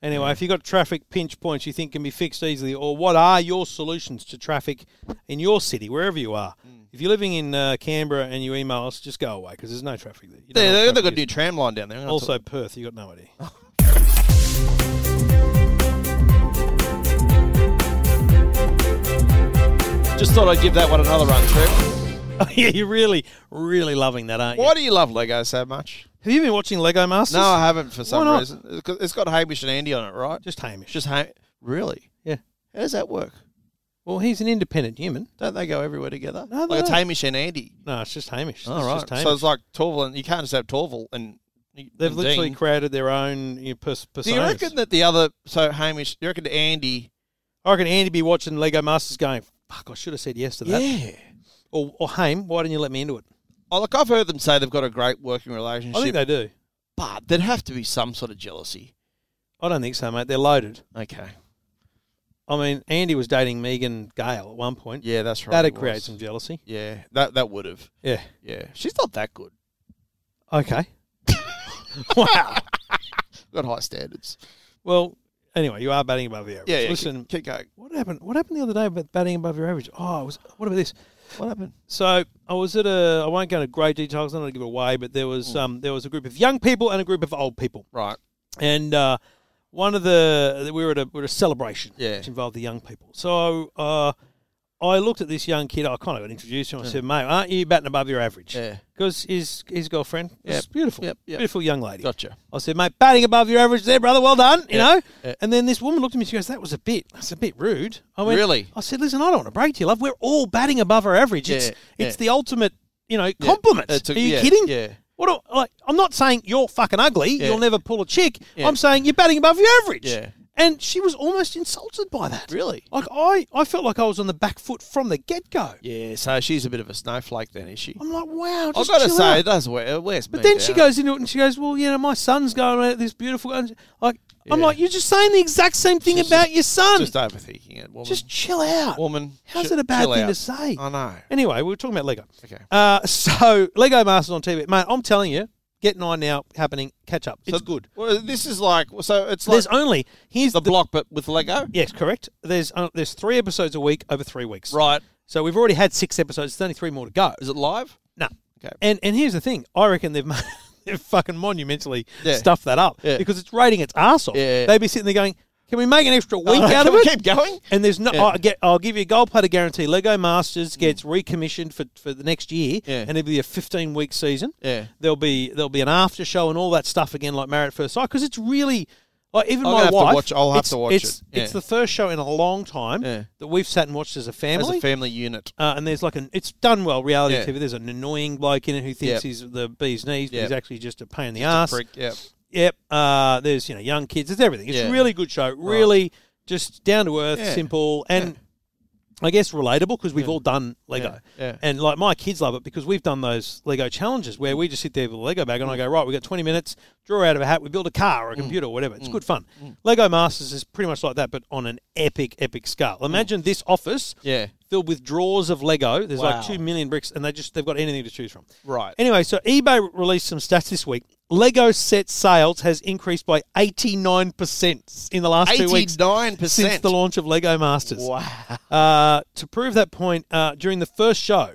S3: Anyway, if you've got traffic pinch points you think can be fixed easily, or what are your solutions to traffic in your city, wherever you are?
S2: Mm.
S3: If you're living in uh, Canberra and you email us, just go away because there's no traffic there. You don't
S2: They,
S3: know what
S2: they, they've got Oh,
S3: traffic
S2: a
S3: is.
S2: new tram line down there. I'm gonna
S3: Also, Perth, you got no idea.
S2: talk- just thought I'd give that one another run through.
S3: yeah, you're really, really loving that, aren't you?
S2: Why do you love Lego so much?
S3: Have you been watching Lego Masters?
S2: No, I haven't for some
S3: not?
S2: reason. It's got- It's got Hamish and Andy on it, right?
S3: Just Hamish.
S2: Just ha- really?
S3: yeah.
S2: How does that work?
S3: Well, he's an independent human.
S2: Don't they go everywhere together?
S3: No, they
S2: like it's
S3: don't.
S2: Hamish and Andy.
S3: No, it's just Hamish.
S2: All
S3: it's
S2: right.
S3: just Hamish.
S2: So it's like Torval, and you can't just have Torval and
S3: They've
S2: and
S3: literally
S2: Dean.
S3: created their own you know, pers-
S2: Do you
S3: personas.
S2: reckon that the other so Hamish? Do you reckon Andy?
S3: I reckon Andy be watching Lego Masters going, fuck, I should have said yes to that. Or, or Haim, why didn't you let me into it?
S2: Oh, look, I've heard them say they've got a great working relationship,
S3: I think they do.
S2: but there'd have to be some sort of jealousy.
S3: I don't think so, mate. They're loaded.
S2: Okay.
S3: I mean, Andy was dating Megan Gale at one point.
S2: Yeah, that's right.
S3: That'd
S2: it
S3: create
S2: was.
S3: some jealousy.
S2: Yeah, that that would have.
S3: Yeah.
S2: Yeah, she's not that good.
S3: Okay. wow.
S2: Got high standards.
S3: Well, anyway, you are batting above the average.
S2: Yeah, yeah.
S3: Listen,
S2: keep, keep going.
S3: what happened? What happened the other day about batting above your average? Oh, it was. What about this?
S2: What happened?
S3: So I was at a. I won't go into great details. I'm not going to give it away, but there was um there was a group of young people and a group of old people,
S2: Hmm. Right.
S3: and uh, one of the we were at a we were at a celebration,
S2: Yeah.
S3: which involved the young people. So uh, I looked at this young kid. I kind of got introduced to him. I said, "Mate, aren't you batting above your average?"
S2: Hmm. Yeah.
S3: Because his his girlfriend was
S2: Yep.
S3: beautiful,
S2: Yep, yep.
S3: beautiful young lady.
S2: Gotcha.
S3: I said, "Mate, batting above your average there, brother. Well done." You
S2: Yeah,
S3: know.
S2: yeah.
S3: And then this woman looked at me. She goes, "That was a bit. That's a bit rude." I went,
S2: Really?
S3: I said, "Listen, I don't want to break to you, love. We're all batting above our average.
S2: Yeah,
S3: it's
S2: yeah.
S3: it's the ultimate, you know, compliment.
S2: It's a-
S3: Are you
S2: yeah,
S3: kidding?
S2: yeah.
S3: What? do- like, I'm not saying you're fucking ugly.
S2: Yeah.
S3: You'll never pull a chick.
S2: Yeah.
S3: I'm saying you're batting above your average."
S2: Yeah.
S3: And she was almost insulted by that.
S2: Really?
S3: Like I, I felt like I was on the back foot from the get go.
S2: Yeah, so she's a bit of a snowflake then, is she?
S3: I'm like, wow.
S2: I've
S3: Just
S2: got to
S3: chill
S2: say,
S3: out.
S2: that's where, where's
S3: But then she goes into it and she goes, well, you know, my son's going at this beautiful. And like, I'm
S2: Yeah.
S3: like, you're just saying the exact same thing
S2: Just-
S3: about your son.
S2: Just
S3: Just,
S2: overthinking it, woman.
S3: chill out,
S2: woman.
S3: How's
S2: ch-
S3: it a bad
S2: chill
S3: thing
S2: out.
S3: to say?
S2: I know.
S3: Anyway, we were talking about Lego.
S2: Okay.
S3: Uh, so Lego Masters on TV, mate. I'm telling you, get nine now happening. Catch up. It's
S2: So-
S3: good.
S2: Well, this is like, so it's like
S3: There's only here's
S2: the
S3: the,
S2: block, but with Lego.
S3: yes, correct. There's uh, there's three episodes a week over three weeks.
S2: Right.
S3: So we've already had six episodes. There's only three more to go.
S2: Is it live?
S3: No.
S2: Okay.
S3: And and here's the thing. I reckon they've made, they've fucking monumentally
S2: Yeah.
S3: stuffed that up
S2: Yeah.
S3: because it's rating its ass off.
S2: Yeah. Oh,
S3: They'd be sitting there going, "Can we make an extra week
S2: Can
S3: out of
S2: we
S3: it?"
S2: keep going?
S3: And there's no.
S2: Yeah. Mm.
S3: I get. I'll give you a gold platter guarantee. Lego Masters gets recommissioned for, for the next year,
S2: Yeah.
S3: and it'll be a 15 week season.
S2: Yeah.
S3: There'll be there'll be an after show and all that stuff again, like Married at First Sight, because it's really. Like even
S2: I'll
S3: my
S2: have to
S3: wife,
S2: watch- I'll have
S3: it's-
S2: to watch
S3: it's,
S2: it.
S3: It's
S2: Yeah.
S3: the first show in a long time
S2: Yeah.
S3: that we've sat and watched as a
S2: As
S3: family
S2: a family unit.
S3: uh, and there's like an it's done well reality
S2: Yeah.
S3: TV. There's an annoying bloke in it who thinks
S2: Yep.
S3: he's the bee's knees, but
S2: Yep.
S3: he's actually just a pain in the ass.
S2: Prick, yeah.
S3: Yep. Uh, there's you know young kids. It's everything. It's
S2: Yeah.
S3: a really good show. Really just down to earth,
S2: Yeah.
S3: simple, and I guess relatable because we've all done Lego.
S2: Yeah. Yeah.
S3: And like my kids love it because we've done those Lego challenges where we just sit there with a Lego bag
S2: Mm.
S3: and I go right, we have got 20 minutes. Draw out of a hat. We build a car or a computer or whatever.
S2: Mm.
S3: It's good fun. Lego Masters is pretty much like that, but on an epic, epic scale. Imagine this office
S2: Mm. Yeah.
S3: filled with drawers of Lego. There's
S2: Wow.
S3: like two million bricks, and they just they've got anything to choose from.
S2: Right.
S3: Anyway, so eBay released some stats this week. Lego set sales has increased by 89% in the last two weeks
S2: 89%.
S3: since the launch of Lego Masters.
S2: wow.
S3: Uh, to prove that point, uh, during the first show,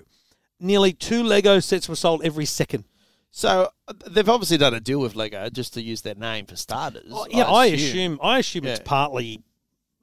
S3: nearly two Lego sets were sold every second.
S2: So uh, they've obviously done a deal with Lego just to use their name for starters.
S3: Oh, yeah, I assume. I assume it's
S2: Yeah.
S3: partly,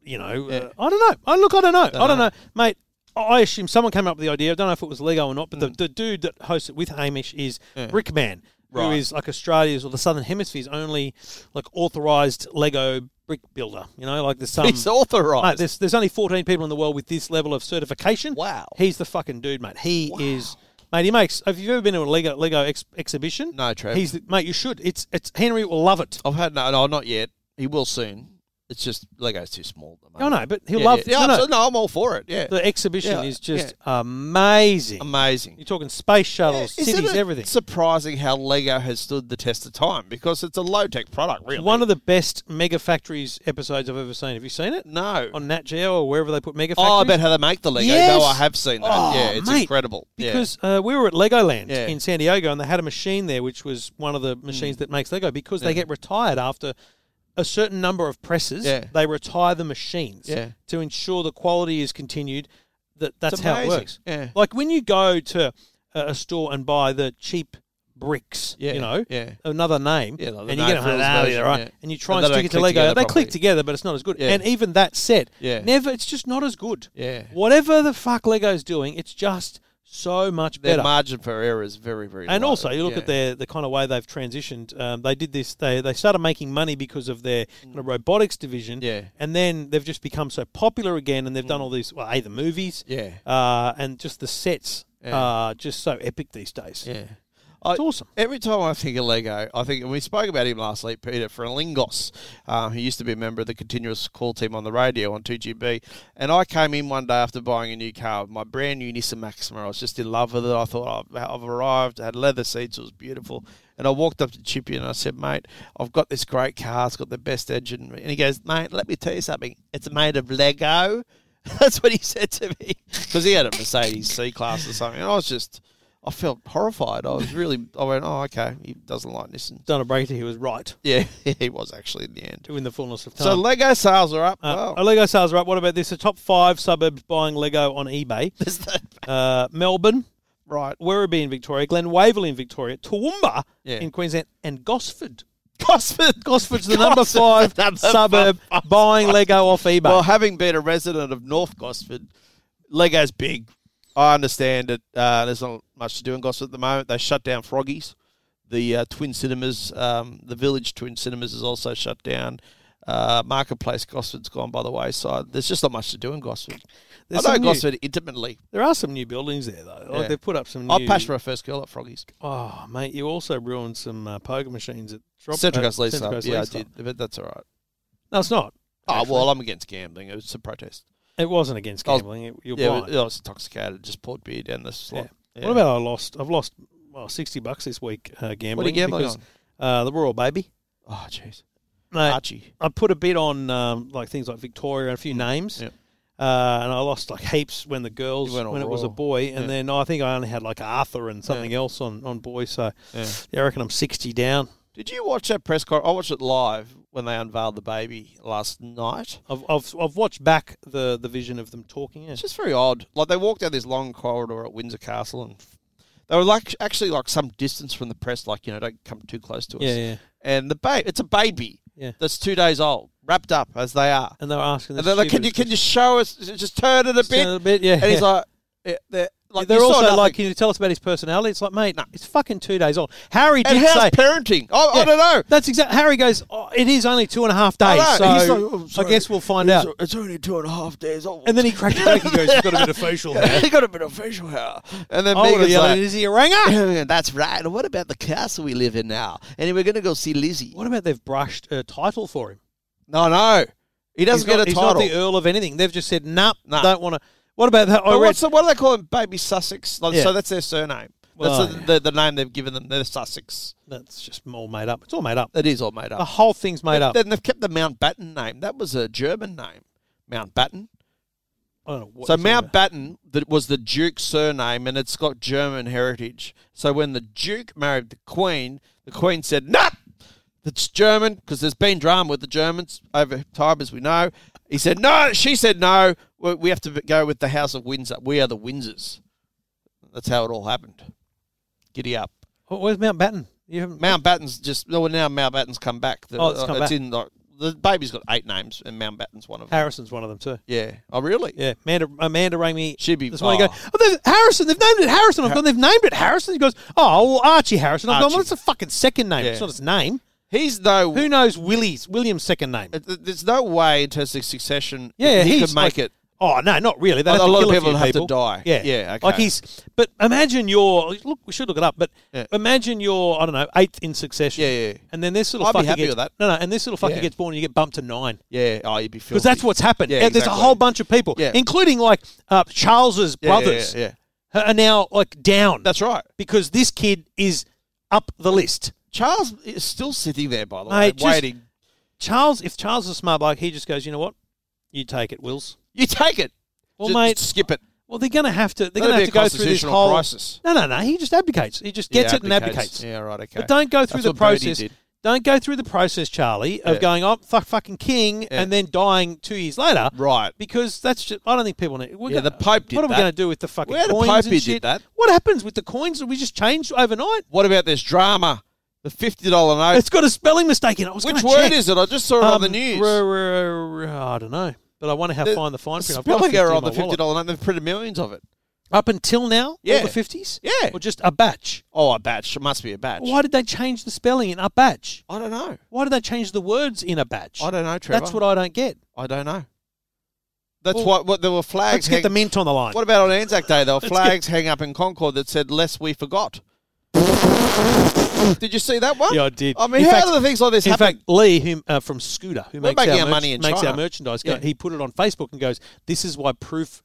S3: you know,
S2: Yeah.
S3: uh, I don't know. I look, I don't know. I don't
S2: know.
S3: know, mate. I assume someone came up with the idea. I don't know if it was Lego or not, but the,
S2: Mm.
S3: the dude that hosts it with Hamish is Brickman, who
S2: Right.
S3: is like Australia's or the Southern Hemisphere's only like authorized Lego brick builder. You know, like there's some.
S2: It's authorized.
S3: Mate, there's, there's only 14 people in the world with this level of certification.
S2: Wow.
S3: He's the fucking dude, mate. He is. Mate, he makes. Have you ever been to a Lego Lego ex- exhibition?
S2: No, Trev.
S3: He's the, mate. You should. It's it's Henry will love it.
S2: I've had no, no, not yet. He will soon. It's just Lego's too small. At the
S3: No,
S2: moment.
S3: no, but he'll
S2: yeah,
S3: love
S2: yeah. Yeah,
S3: no, no,
S2: absolutely. no, I'm all for it. Yeah,
S3: The exhibition
S2: Yeah,
S3: is just amazing.
S2: amazing.
S3: You're talking space shuttles,
S2: Isn't
S3: cities,
S2: it
S3: everything.
S2: Surprising how Lego has stood the test of time because it's a low tech product, really.
S3: One of the best Mega Factories episodes I've ever seen. Have you seen it?
S2: no.
S3: On Nat Geo or wherever they put Mega Factories.
S2: oh, I bet how they make the Lego.
S3: Yes.
S2: No, I have seen that.
S3: Oh,
S2: yeah, it's
S3: mate.
S2: incredible. Yeah.
S3: Because uh, we were at Legoland
S2: Yeah. Hmm.
S3: in San Diego and they had a machine there, which was one of the machines that makes Lego because they get retired after a certain number of presses.
S2: Yeah.
S3: They retire the machines
S2: Yeah.
S3: to ensure the quality is continued. That That's how it
S2: amazing.
S3: works.
S2: Yeah.
S3: Like when you go to a a store and buy the cheap bricks,
S2: Yeah,
S3: you know,
S2: yeah.
S3: another name,
S2: Yeah, like the
S3: and you
S2: Nate
S3: get them
S2: Frills
S3: out of
S2: version,
S3: there, right?
S2: yeah.
S3: And you try
S2: And
S3: and
S2: they don't
S3: stick it to
S2: click
S3: Lego.
S2: together
S3: They
S2: properly.
S3: click together, but it's not as good.
S2: Yeah.
S3: And even that set,
S2: Yeah.
S3: never, it's just not as good.
S2: Yeah.
S3: Whatever the fuck Lego's doing, it's just so much
S2: their
S3: better.
S2: margin for error is very, very
S3: and
S2: low.
S3: also, you look
S2: Yeah.
S3: at their the kind of way they've transitioned. Um, they did this. They they started making money because of their kind of robotics division.
S2: Mm. Yeah. Mm.
S3: And then they've just become so popular again, and they've done all these. Well, a the movies.
S2: Yeah.
S3: Uh, and just the sets
S2: Yeah.
S3: are just so epic these days.
S2: Yeah. I,
S3: It's awesome.
S2: Every time I think of Lego, I think, and we spoke about him last week, Peter Frenlingos, um, who used to be a member of the continuous call team on the radio on 2GB. And I came in one day after buying a new car, my brand new Nissan Maxima. I was just in love with it. I thought, I've, I've arrived, it had leather seats, it was beautiful. And I walked up to Chippy and I said, mate, I've got this great car, it's got the best engine. And he goes, mate, let me tell you something, it's made of Lego. That's what he said to me because he had a Mercedes C class or something. And I was just, I felt horrified. I was really, I went, oh, okay, he doesn't like Nissan.
S3: Donna Braiter, he was right
S2: Yeah, he was actually in the end.
S3: in the fullness of time.
S2: So Lego sales are up.
S3: Uh-huh. Uh,
S2: Wow.
S3: are Lego sales are up. What about this? The top five suburbs buying Lego on eBay.
S2: Is that
S3: Uh, Melbourne,
S2: right?
S3: Werribee in Victoria, Glen Waverley in Victoria, Toowoomba
S2: Yeah.
S3: in Queensland, and Gosford.
S2: Gosford.
S3: Gosford's the number
S2: Gosford,
S3: five
S2: number
S3: suburb
S2: five.
S3: buying Lego off eBay.
S2: Well, having been a resident of North Gosford, Lego's big. I understand it. Uh, there's not much to do in Gosford at the moment. They shut down Froggies. The uh, Twin Cinemas, um, the Village Twin Cinemas, is also shut down. Uh, Marketplace Gosford's gone by the wayside. There's just not much to do in Gosford.
S3: There's
S2: I
S3: some
S2: know
S3: new-
S2: Gosford intimately.
S3: There are some new buildings there though. Like
S2: Yeah.
S3: they've put up some. New,
S2: I patched my first girl at Froggies.
S3: Oh mate, you also ruined some uh, poker machines at Drop-
S2: Central
S3: uh,
S2: Coast League's
S3: Central
S2: up.
S3: Coast
S2: Yeah, I
S3: League's
S2: did,
S3: up.
S2: but that's all right.
S3: No, it's not.
S2: Oh,
S3: Actually.
S2: well, I'm against gambling. It was a protest.
S3: It wasn't against
S2: I was-
S3: gambling. It, you're
S2: Yeah,
S3: blind.
S2: I was intoxicated. Just poured beer down the slot. Yeah.
S3: What about I lost? I've lost well sixty bucks this week uh, gambling.
S2: What are you gambling
S3: because, Uh, the Royal Baby.
S2: Oh, jeez.
S3: Mate,
S2: Archie.
S3: I put a bid on um, like things like Victoria and a few names,
S2: Mm. Yep.
S3: uh, and I lost like heaps when the girls
S2: You went all
S3: when it was a
S2: raw.
S3: boy, and
S2: Yeah.
S3: then I think I only had like Arthur and something else on on boys. So
S2: Yeah.
S3: I reckon I'm sixty down.
S2: Did you watch that press conference? I watched it live when they unveiled the baby last night.
S3: I've, I've I've watched back the the vision of them talking. Yeah.
S2: It's just very odd. Like they walked down this long corridor at Windsor Castle, and f- they were like actually like some distance from the press. Like you know, don't come too close to us.
S3: Yeah, yeah.
S2: And the babe, it's a baby.
S3: Yeah.
S2: That's two days old, wrapped up as they are.
S3: And they were asking.
S2: And they're like, "Can you can you show us? Just turn it a bit."
S3: a bit? Yeah.
S2: And he's like, eh, "They're like
S3: they're
S2: you saw
S3: also
S2: nothing.
S3: like, can you tell us about his personality? It's like, mate, it's fucking two days old. Harry did
S2: And how's
S3: say,
S2: parenting? I, I
S3: Yeah.
S2: don't know.
S3: That's exact. Harry goes. Oh, it is only two and a half
S2: I
S3: days,
S2: know. He's like,
S3: so
S2: "Oh, sorry.
S3: I guess we'll find
S2: It's-
S3: out.
S2: It's only two and a half days old.
S3: And then he cracks a joke and goes, "He's got a bit of facial hair."
S2: he got a bit of facial hair. And then
S3: I would have
S2: Megan's
S3: yelled, at him,
S2: like,
S3: "Is he a ringer?"
S2: that's right. And what about the castle we live in now? And we're going to go see Lizzie.
S3: What about they've brushed a title for him?
S2: No, no. He
S3: He's
S2: doesn't
S3: not,
S2: get a
S3: he's
S2: title.
S3: not the Earl of anything. They've just said, "Nah,
S2: Nah.
S3: don't want to." What about that? I
S2: But
S3: read,
S2: what's the, what do they call him? Baby Sussex. Like,
S3: Yeah.
S2: So that's their surname.
S3: Well,
S2: that's the,
S3: yeah.
S2: the, the name they've given them. They're Sussex.
S3: that's just all made up. It's all made up.
S2: That is all made
S3: The
S2: up.
S3: whole thing's Oh, made up.
S2: Then they've kept the Mountbatten name. That was a German name. Mountbatten.
S3: I don't know what
S2: So
S3: he's talking about.
S2: Mountbatten that was the Duke's surname, and it's got German heritage. So when the Duke married the Queen, the Queen said, "Nah, it's German," because there's been drama with the Germans over time, as we know. He said, "No," she said, "No, we we have to go with the House of Windsor. We are the Windsors." That's how it all happened. Giddy up.
S3: Wh- Where's Mountbatten? You haven't.
S2: Mountbatten's just well now. Mountbatten's come back. The- uh,
S3: Oh, it's come back.
S2: in like the baby's got eight names, and Mountbatten's one of them.
S3: Harrison's one of them too.
S2: Yeah. Oh, really?
S3: Yeah, Amanda, Amanda rang me
S2: She'd be-
S3: this morning. and
S2: oh.
S3: Go, oh, they've- Harrison. They've named it Harrison. I've gone. They've named it Harrison. He goes, oh, well, Archie Harrison. I've gone. Well,
S2: Archie.
S3: it's a fucking second name.
S2: Yeah.
S3: It's not his name.
S2: He's no.
S3: Who knows Willie's William's second name?
S2: It- th- There's no way in terms of succession.
S3: yeah,
S2: he
S3: he's
S2: could
S3: like-
S2: make it.
S3: Oh no, not really. They'd
S2: A
S3: have to
S2: lot of
S3: kill
S2: people
S3: few
S2: would have to
S3: people.
S2: die.
S3: Yeah,
S2: Yeah, okay.
S3: Like he's. But imagine you're. Look, we should look it up. But
S2: Yeah.
S3: imagine you're. I don't know, eighth in succession.
S2: Yeah, yeah.
S3: And then this little
S2: I'd be
S3: fucker
S2: happy
S3: gets
S2: with that.
S3: no, no. And this little fucker
S2: Yeah.
S3: gets born, and you get bumped to nine.
S2: Yeah. Oh, you'd be
S3: Because that's what's happened.
S2: Yeah,
S3: Uh, There's a
S2: exactly.
S3: whole bunch of people,
S2: Yeah.
S3: including like uh, Charles's
S2: Yeah, yeah,
S3: brothers,
S2: yeah, yeah.
S3: who are now like down.
S2: That's right.
S3: because this kid is up the list.
S2: Charles is still sitting there, by the way,
S3: Mate, just-
S2: waiting.
S3: Charles, if Charles is a smart bloke, he just goes, you know what? You take it, Wills.
S2: You take it.
S3: Well,
S2: Just-
S3: mate-
S2: just skip it.
S3: Well, they're going to have to. They're
S2: That'd
S3: going to
S2: be
S3: have
S2: a
S3: to go through this
S2: constitutional
S3: whole.
S2: crisis.
S3: No, no, no. He just abdicates. He just gets
S2: Yeah,
S3: it and abdicates.
S2: Yeah. Right. Okay.
S3: But don't go through
S2: That's
S3: the
S2: what Bernie
S3: process.
S2: did.
S3: Don't go through the process, Charlie, of
S2: Yeah.
S3: going, oh, fuck, fucking king, and then dying two years later.
S2: Right.
S3: Because that's just, I don't think people need. We're
S2: Yeah,
S3: gonna-
S2: the Pope did
S3: What are we
S2: that.
S3: going to do with the fucking
S2: Where the
S3: coins
S2: Pope
S3: and
S2: did
S3: shit?
S2: that.
S3: What happens with the coins that we just changed overnight?
S2: What about this drama? The fifty dollar note.
S3: It's got a spelling mistake in it. I was
S2: Which
S3: gonna
S2: word
S3: check.
S2: is it? I just saw it on the
S3: Um,
S2: news.
S3: r- r- r- I don't know, but I wonder how
S2: The-
S3: fine the fine
S2: the
S3: print. I've got
S2: spelling
S3: 50
S2: error
S3: in
S2: on
S3: my
S2: the fifty
S3: wallet.
S2: dollar note. They've printed millions of it.
S3: Up until now, all
S2: Yeah.
S3: the fifties,
S2: Yeah.
S3: or just a batch.
S2: Oh, a batch. It must be a batch.
S3: Why did they change the spelling in a batch?
S2: I don't know.
S3: Why did they change the words in a batch?
S2: I don't know, Trevor.
S3: That's what I don't get.
S2: I don't know. That's
S3: Well,
S2: why. What there were flags.
S3: Let's get
S2: hang-
S3: the mint on the line.
S2: What about on Anzac Day? There were
S3: Let's
S2: flags hang up in Concord that said "Less we forgot." did you see that one?
S3: Yeah, I did.
S2: I mean,
S3: In
S2: how
S3: fact-
S2: do the things like this
S3: in
S2: happen?
S3: fact, Lee who, uh, from Scooter, who
S2: We're
S3: makes our,
S2: making our
S3: merch-
S2: money in
S3: makes our
S2: China.
S3: merchandise,
S2: Yeah.
S3: he put it on Facebook and goes, "This is why proof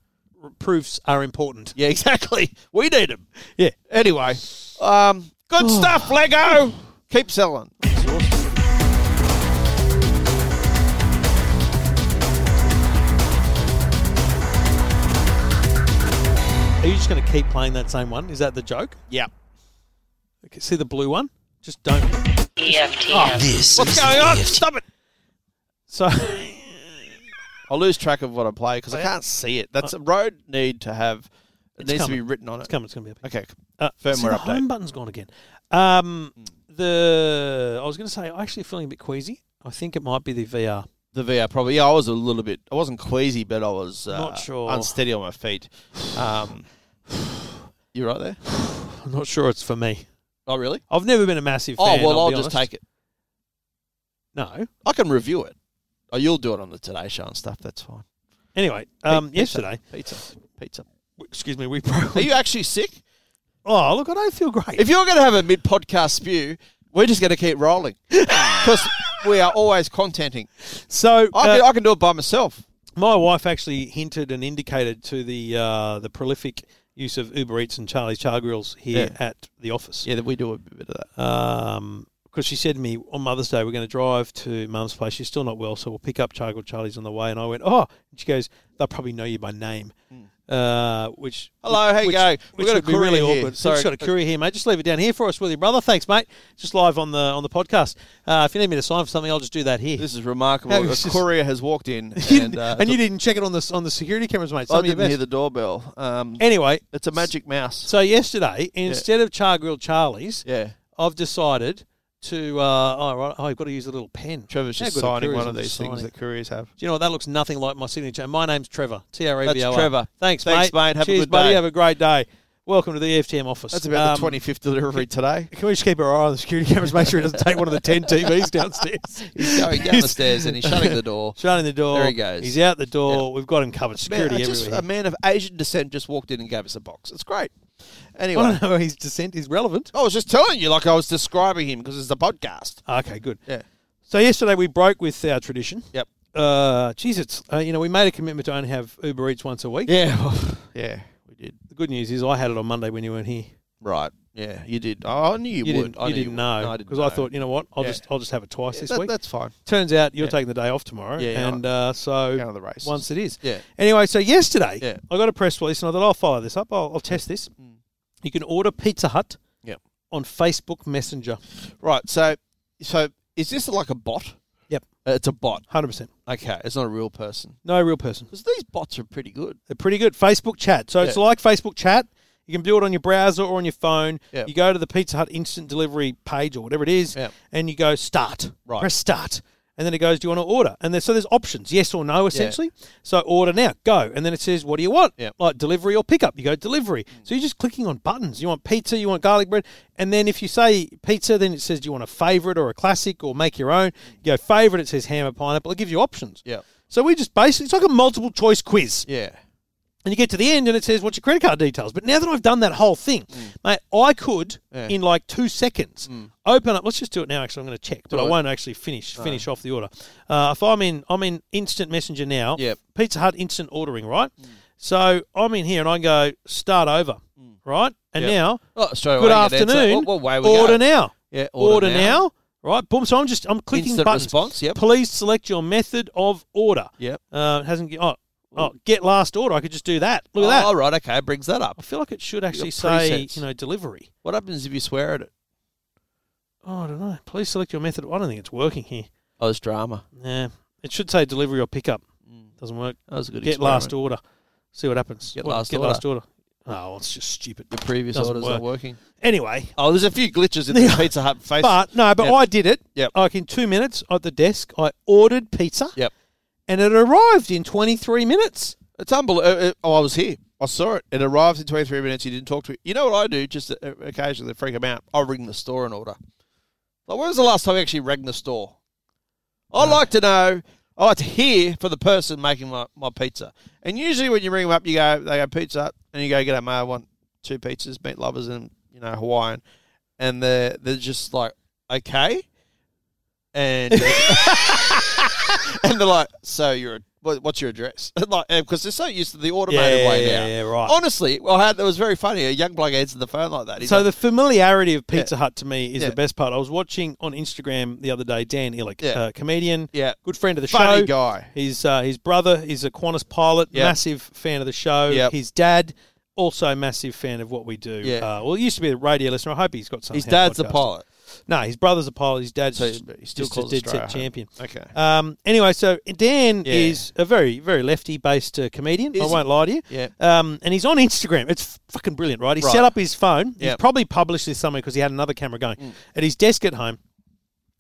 S3: proofs are important."
S2: yeah, exactly. We need them.
S3: Yeah.
S2: Anyway, um, good stuff, Lego. Keep selling.
S3: Are you just going to keep playing that same one? Is that the joke?
S2: Yeah.
S3: Okay, see the blue one? Just don't.
S5: EFTM.
S4: This
S2: What's
S4: is
S2: going
S4: the
S2: on?
S4: EFT.
S2: Stop it.
S3: So
S2: I lose track of what I play because I can't see it. That's a road need to have. It
S3: It's
S2: needs to be
S3: coming.
S2: written on it.
S3: it's coming. It's going to be.
S2: Okay.
S3: Uh,
S2: Firmware
S3: see, the
S2: update. Hmm.
S3: home button's gone again. Um, the I was going to say I'm actually feeling a bit queasy. I think it might be the VR.
S2: The VR probably. Yeah, I was a little bit. I wasn't queasy, but I was uh,
S3: Not sure.
S2: unsteady on my feet. Um, you right there?
S3: I'm not sure it's for me.
S2: Oh, really?
S3: I've never been a massive
S2: Oh
S3: fan.
S2: well,
S3: I'll,
S2: I'll,
S3: be
S2: just
S3: honest.
S2: take it.
S3: No.
S2: I can review it. Oh, you'll do it on the Today Show and stuff. That's fine.
S3: Anyway, um, yesterday,
S2: Pizza, pizza.
S3: excuse me, we broke.
S2: Are you actually sick?
S3: Oh, look, I don't feel great.
S2: If you're going to have a mid-podcast spew, we're just going to keep rolling because we are always contenting.
S3: so,
S2: I can,
S3: uh,
S2: I can do it by myself.
S3: my wife actually hinted and indicated to the uh, the prolific use of Uber Eats and Charlie's Char Grills here
S2: Yeah.
S3: at the office.
S2: Yeah, we do a bit of that.
S3: Um 'cause because she said to me on Mother's Day, we're going to drive to Mum's place. She's still not well, so we'll pick up Charlie Charlie's on the way. And I went, oh, and she goes, they'll probably know you by name, uh, which
S2: Hello, how you
S3: which,
S2: go?
S3: which
S2: We've got a
S3: would be really
S2: courier here.
S3: awkward.
S2: Sorry.
S3: We've got a courier here, mate. Just leave it down here for us, will you, brother? Thanks, mate. Just live on the on the podcast. Uh, if you need me to sign for something, I'll just do that here.
S2: This is remarkable.
S3: That
S2: A
S3: was just-
S2: courier has walked in,
S3: You
S2: and,
S3: didn't-
S2: uh,
S3: and you didn't check it on the on the security cameras, mate. Some
S2: I
S3: of your
S2: didn't hear
S3: best.
S2: the doorbell. Um,
S3: anyway,
S2: it's a magic mouse.
S3: so yesterday, instead of Char Grilled Charlie's,
S2: Yeah,
S3: I've decided to. Uh, oh, right, oh, I've got to use a little pen.
S2: Trevor's
S3: How
S2: just
S3: good are
S2: signing
S3: couriers
S2: one
S3: at
S2: of these
S3: just
S2: things
S3: signing?
S2: that couriers have.
S3: Do you know what? That looks nothing like my signature. My name's Trevor. T R E B O R.
S2: That's Trevor.
S3: Thanks,
S2: Thanks,
S3: mate.
S2: mate. Have a
S3: Cheers,
S2: good
S3: buddy.
S2: day.
S3: Have a great day. Welcome to the E EFTM office.
S2: That's about
S3: Um,
S2: the twenty fifth delivery today.
S3: Can we just keep our eye on the security cameras? Make sure he doesn't take one of the ten TVs downstairs.
S2: He's going down the stairs and he's shutting the door.
S3: Shutting the door.
S2: There he goes.
S3: He's out the door. We've got him covered.
S2: Man,
S3: Security
S2: I just,
S3: everywhere.
S2: a man of Asian descent just walked in and gave us a box. It's great.
S3: I
S2: Anyway,
S3: don't know. how His descent is relevant.
S2: I was just telling you, like I was describing him because it's a podcast.
S3: Okay, good.
S2: Yeah.
S3: So yesterday we broke with our tradition.
S2: Yep.
S3: Uh, geez, it's uh, you know we made a commitment to only have Uber Eats once a week.
S2: Yeah. yeah. We did.
S3: The good news is I had it on Monday when you weren't here.
S2: Right. Yeah. You did. Oh, I I knew you,
S3: you
S2: would.
S3: didn't.
S2: I
S3: you
S2: knew
S3: didn't
S2: would. No,
S3: know
S2: I didn't
S3: because I,
S2: know.
S3: thought you know what I'll
S2: Yeah.
S3: just I'll just have it twice this
S2: That-
S3: week.
S2: That's fine.
S3: Turns out you're
S2: Yeah.
S3: taking the day off tomorrow,
S2: Yeah, yeah.
S3: and uh, so
S2: Going to the races.
S3: once it is.
S2: Yeah.
S3: Anyway, so yesterday
S2: Yeah. Mm.
S3: I got a press release, and I thought I'll follow this up. I'll, I'll test this. You can order Pizza Hut
S2: Yep.
S3: on Facebook Messenger.
S2: Right. So, so is this like a bot?
S3: Yep.
S2: Uh, It's a bot.
S3: Hundred percent.
S2: Okay. It's not a real person.
S3: No real person.
S2: Because these bots are pretty good.
S3: They're pretty good. Facebook chat. So it's
S2: Yeah.
S3: like Facebook chat. You can do it on your browser or on your phone.
S2: Yeah.
S3: You go to the Pizza Hut instant delivery page or whatever it is,
S2: Yeah.
S3: and you go start.
S2: Right.
S3: Press start. And then it goes, Do you want to order? And then, so there's options, yes or no, essentially. So order now, go. And then it says, What do you want?
S2: Yeah.
S3: Like delivery or pickup. You go delivery. So you're just clicking on buttons. You want pizza, you want garlic bread. And then if you say pizza, then it says, Do you want a favorite or a classic or make your own? You go favorite, it says ham or pineapple. It gives you options.
S2: Yeah.
S3: So we just basically, it's like a multiple choice quiz
S2: Yeah.
S3: and you get to the end and it says what's your credit card details but now that i've done that whole thing mate i could
S2: Mm. Yeah. Mm.
S3: in like two seconds open up let's just do it now actually i'm going to check but i won't actually finish finish off the order uh, if i'm in i'm in instant messenger now
S2: Yep. Mm.
S3: pizza hut instant ordering right so i'm in here and i go start over right and
S2: Mm. Yep.
S3: now
S2: Oh, straight
S3: good
S2: away you get an answer.
S3: afternoon
S2: What, what way we
S3: order
S2: go?
S3: now
S2: Yeah.
S3: order, now. Right, boom. So I'm just I'm clicking
S2: Instant
S3: buttons.
S2: response, yep.
S3: Please select your method of order.
S2: Yep.
S3: Uh, it hasn't. Oh, oh, get last order. I could just do that. Look
S2: Oh,
S3: at that.
S2: all right. Okay. It brings that
S3: I
S2: up.
S3: feel like it should actually
S2: got
S3: say
S2: presets.
S3: you know delivery.
S2: What happens if you swear at it?
S3: Oh, I don't know. Please select your method. I don't think it's working here.
S2: Oh, it's drama.
S3: Yeah, it should say delivery or pickup. Doesn't work.
S2: That was Mm. a good
S3: get last
S2: experiment.
S3: order. See what happens.
S2: Get
S3: What-
S2: last
S3: get
S2: order.
S3: last order. Oh, it's just stupid.
S2: The previous
S3: Doesn't
S2: orders
S3: work.
S2: not working.
S3: Anyway,
S2: Oh, there's a few glitches in the Pizza Hut face.
S3: But no, but
S2: Yep.
S3: I did it.
S2: Yep.
S3: Like in two minutes at the desk, I ordered pizza.
S2: Yep.
S3: And it arrived in 23 minutes.
S2: It's unbelievable. Oh, I was here. I saw it. It arrives in 23 minutes. You didn't talk to it. You know what I do? Just uh, occasionally to freak them out. I'll ring the store and order. Like, when was the last time you actually rang the store? I like to know. I like to hear from the person making my, my pizza. And usually when you ring them up, you go, they go, pizza. And you go, get out, mate. I want two pizzas, meat lovers and, you know, Hawaiian. And they're, they're just like, okay. And... uh, and they're like, "So you're what, what's your address?" like, because they're so used to the automated
S3: Yeah,
S2: way
S3: yeah,
S2: now.
S3: yeah, right.
S2: Honestly, well, I had, it was very funny. A young bloke answered the phone like that. He's
S3: So
S2: like,
S3: the familiarity of Pizza Hut to me is
S2: Yeah.
S3: the best part. I was watching on Instagram the other day Dan Illick,
S2: Yeah.
S3: uh, comedian,
S2: Yeah.
S3: good friend of the
S2: Funny
S3: show.
S2: guy.
S3: His uh, his brother is a Qantas pilot,
S2: Yep.
S3: massive fan of the show.
S2: Yep.
S3: His dad also massive fan of what we do.
S2: Yeah.
S3: Uh, well, he used to be a radio listener. I hope he's got something.
S2: his dad's a pilot.
S3: No, his brother's a pilot. His dad's
S2: So he still
S3: just
S2: calls
S3: a dead
S2: Australia
S3: set
S2: home.
S3: champion.
S2: Okay.
S3: Um, anyway, so Dan
S2: Yeah.
S3: is a very, very lefty based uh, comedian.
S2: Is
S3: I
S2: he?
S3: won't lie to you.
S2: Yeah.
S3: Um, and he's on Instagram. It's fucking brilliant, right? He
S2: Right.
S3: set up his phone. He's
S2: Yeah. Mm.
S3: probably published this somewhere because he had another camera going at his desk at home.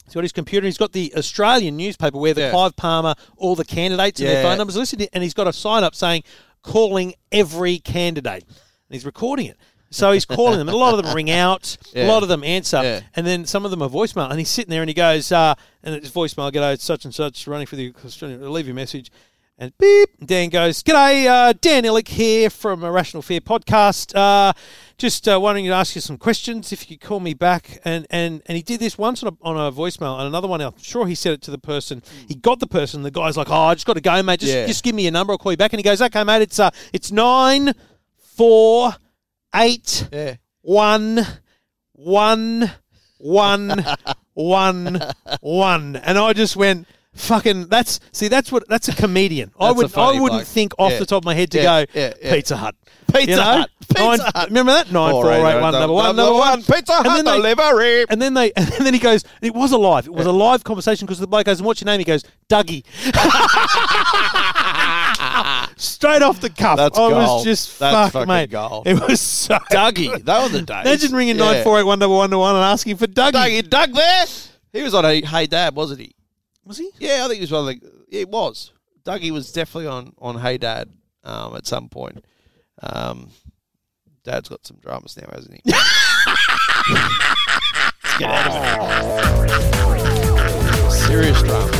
S3: He's got his computer. and He's got the Australian newspaper where the
S2: Yeah.
S3: Clive Palmer, all the candidates and their
S2: Yeah.
S3: phone numbers are listed, in, and he's got a sign up saying calling every candidate, and he's recording it. So he's calling them, and a lot of them ring out, a
S2: Yeah.
S3: lot of them answer,
S2: Yeah.
S3: and then some of them are voicemail. And he's sitting there, and he goes, uh, and it's voicemail. G'day, it's such and such, running for the Australian. Leave your message. And beep, Dan goes, G'day, uh, Dan Illick here from Irrational Fear podcast. Uh, just uh, wanting to ask you some questions if you could call me back. And, and, and he did this once on a, on a voicemail and another one. I'm sure he said it to the person. He got the person. The guy's like, Oh, I just got to go, mate. Just,
S2: Hmm. Yeah.
S3: just give me your number. I'll call you back. And he goes, Okay, mate, it's, uh, it's nine, four, eight,
S2: Yeah.
S3: one, one, one, one, one, and I just went fucking. That's see, that's what that's a comedian. I
S2: That's a
S3: would I
S2: funny
S3: wouldn't
S2: bloke.
S3: think off
S2: Yeah.
S3: the top of my head to
S2: Yeah,
S3: go
S2: yeah, yeah.
S3: Pizza Hut.
S2: Pizza Hut, Pizza
S3: Nine-
S2: Hut.
S3: Remember that nine four eight one number one number one
S2: Pizza
S3: And
S2: Hut
S3: then they-
S2: delivery.
S3: and then they, and then he goes, and it was a live. It was a live conversation because the bloke goes, and what's your name? He goes, Dougie. Straight off the cuff.
S2: That's
S3: I was
S2: gold.
S3: just
S2: That's
S3: fuck,
S2: fucking
S3: mate.
S2: gold.
S3: It was so
S2: Dougie, that was the days.
S3: Imagine ringing
S2: Yeah.
S3: nine four eight one double one to one and asking for Dougie.
S2: Dougie, Doug there. He was on a Hey Dad, wasn't he?
S3: Was he?
S2: Yeah, I think he was one of the. It was. Dougie was definitely on on Hey Dad um, at some point. Um, Dad's got some dramas now, hasn't he? Serious dramas.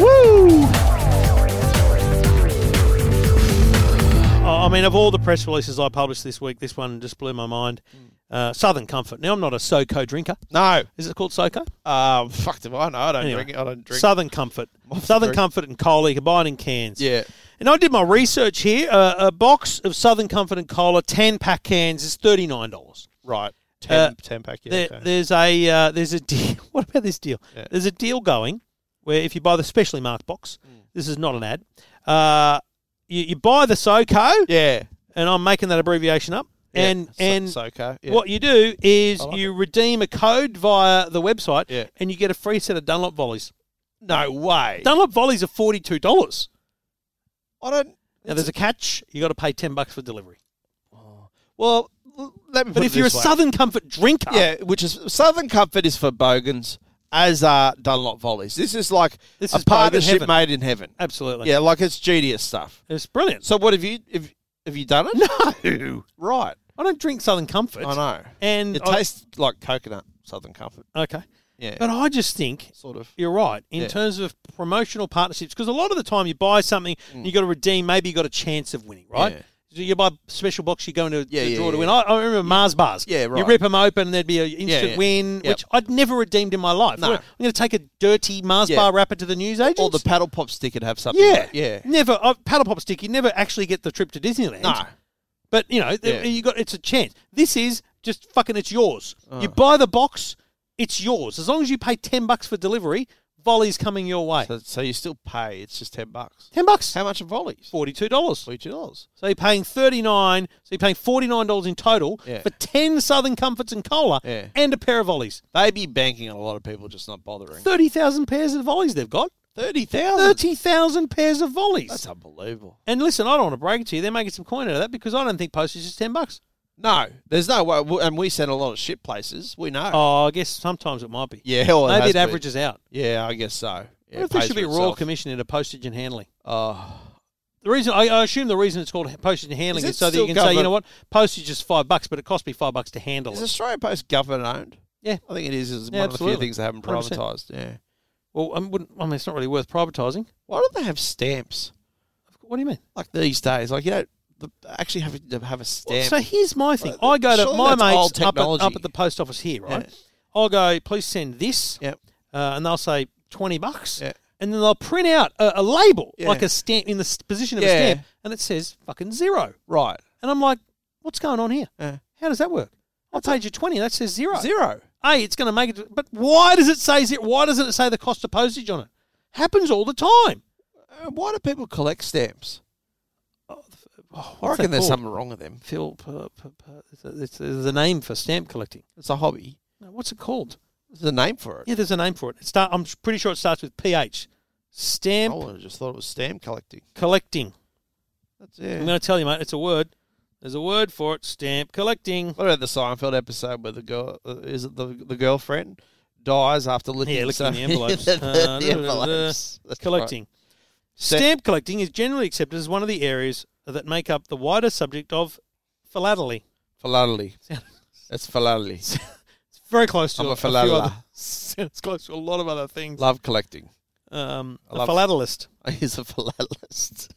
S3: Oh, I I mean, of all the press releases I published this week, this one just blew my mind.
S2: Mm.
S3: Uh, Southern Comfort. Now I'm not a SoCo drinker.
S2: No,
S3: Is it called SoCo?
S2: um, fuck do I know? I don't
S3: Anyway,
S2: drink. I don't drink.
S3: Southern Comfort.
S2: off
S3: Southern
S2: the drink.
S3: Comfort and Cola combined in cans.
S2: Yeah.
S3: And I did my research here. Uh, a box of Southern Comfort and Cola, ten pack cans, is thirty nine dollars.
S2: Right.
S3: Uh,
S2: Ten, ten pack. Yeah.
S3: There,
S2: okay.
S3: There's a uh, there's a deal. What about this deal?
S2: Yeah.
S3: There's a deal going where if you buy the specially marked box,
S2: Mm.
S3: this is not an ad. Uh, you, you buy the SoCo,
S2: yeah.
S3: and I'm making that abbreviation up. And
S2: yeah.
S3: and
S2: so, Soco, yeah.
S3: what you do is
S2: like
S3: you redeem a code via the website,
S2: Yeah.
S3: and you get a free set of Dunlop volleys.
S2: No way.
S3: Dunlop volleys are forty two dollars.
S2: I don't.
S3: Now there's a catch. You got to pay ten bucks for delivery.
S2: Well, l- let me.
S3: But
S2: put
S3: if
S2: it
S3: you're a
S2: this way.
S3: Southern Comfort drinker,
S2: Yeah, which is Southern Comfort is for bogans, as are Dunlop volleys. This is like
S3: This
S2: a
S3: is bogan
S2: partnership
S3: heaven.
S2: made in heaven.
S3: absolutely.
S2: Yeah, like it's GDS stuff.
S3: it's brilliant.
S2: So what have you have, have you done it? No. Right.
S3: I don't drink Southern Comfort.
S2: I know.
S3: And
S2: It
S3: I-
S2: tastes like coconut Southern Comfort.
S3: okay,
S2: Yeah.
S3: but I just think
S2: sort of.
S3: you're right in
S2: Yeah.
S3: terms of promotional partnerships because a lot of the time you buy something you got to redeem maybe you got a chance of winning right
S2: Mm. Yeah.
S3: so you buy special box you go into
S2: Yeah,
S3: the
S2: yeah,
S3: draw to
S2: yeah.
S3: win I, I remember Mars bars
S2: Yeah,
S3: you
S2: right.
S3: rip them open there'd be an instant
S2: yeah.
S3: win
S2: Yep.
S3: which I'd never redeemed in my life
S2: No.
S3: I'm going to take a dirty Mars
S2: Yeah.
S3: bar wrapper to the newsagent
S2: Or the paddle pop stick and have something.
S3: yeah
S2: like- yeah.
S3: never uh, paddle pop stick you never actually get the trip to Disneyland
S2: No.
S3: but you know, th
S2: Yeah.
S3: you got it's a chance. This is just fucking it's yours.
S2: Uh.
S3: You buy the box, it's yours. As long as you pay ten bucks for delivery, volley's coming your way.
S2: So, so you still pay. It's just ten bucks.
S3: ten bucks,
S2: How much are volleys?
S3: forty two dollars.
S2: Forty two dollars.
S3: So you're paying thirty nine. So you're paying forty nine dollars in total
S2: Yeah.
S3: for ten Southern Comforts and cola
S2: Yeah.
S3: and a pair of volleys.
S2: They be banking on a lot of people just not bothering.
S3: Thirty thousand pairs of volleys they've got.
S2: Thirty thousand.
S3: Thirty thousand pairs of volleys.
S2: That's unbelievable.
S3: and listen, I don't want to break it to you. They're making some coin out of that because I don't think postage is ten bucks.
S2: No, there's no way. w- And we send a lot of shit places. We know.
S3: Oh, I guess sometimes it might be.
S2: yeah, well,
S3: Maybe
S2: has
S3: it
S2: been.
S3: averages out.
S2: Yeah, I guess so. Yeah,
S3: What if
S2: it
S3: there
S2: pays
S3: should
S2: for
S3: be a royal
S2: itself.
S3: commission into postage and handling?
S2: Oh,
S3: The reason I, I assume the reason it's called postage and handling
S2: Is
S3: is,
S2: it
S3: so that you
S2: still
S3: can say, you know what, postage is five bucks, but it cost me five bucks to handle
S2: is
S3: it.
S2: Australia Post government owned?
S3: Yeah.
S2: I think it is. It's
S3: Yeah,
S2: one of the
S3: absolutely.
S2: few things they haven't
S3: 100%.
S2: privatised. Yeah.
S3: Well, I, wouldn't, I mean, it's not really worth privatising.
S2: Why don't they have stamps
S3: What do you mean?
S2: like these days? Like you know, the, actually having to have a stamp.
S3: So here's my thing.
S2: Well,
S3: I go to
S2: Uh, surely
S3: my
S2: that's old
S3: mates up at,
S2: technology.
S3: up at the post office here, right? I'll go, please send this,
S2: Yep.
S3: uh, and they'll say twenty bucks,
S2: Yeah.
S3: and then they'll print out a, a label
S2: Yeah.
S3: like a stamp in the s- position of a
S2: Yeah.
S3: stamp, and it says fucking zero,
S2: Right.
S3: and I'm like, what's going on here?
S2: Yeah.
S3: How does that work? I paid you twenty, that says
S2: Zero.
S3: hey, it's going to make it. But why does it say zero? Why doesn't it say the cost of postage on it? Happens all the time.
S2: Uh, why do people collect stamps?
S3: Oh,
S2: I reckon there's something wrong with them.
S3: Phil, per, per, per, it's a- it's a- there's a name for stamp collecting.
S2: It's a hobby.
S3: No, What's it called?
S2: There's a name for it.
S3: Yeah, there's a name for it. it start, I'm pretty sure it starts with PH.
S2: I
S3: Stamp
S2: would've just thought it was stamp collecting.
S3: collecting.
S2: That's yeah.
S3: I'm going to tell you, mate. It's a word. There's a word for it. Stamp collecting.
S2: What about the Seinfeld episode where the girl uh, is it the the girlfriend dies after licking,
S3: Yeah,
S2: so-
S3: licking the envelopes.
S6: The- the-
S3: Uh,
S6: the envelopes. That's
S3: collecting. Stamp collecting is generally accepted as one of the areas that make up the wider subject of philately.
S2: Philately. That's philately.
S3: It's very close to
S2: I'm a
S3: a few
S2: philatela.
S3: other- it's close to a lot of other things.
S2: Love collecting.
S3: Um,
S2: I
S3: a
S2: love-
S3: philatelist.
S2: He's a philatelist.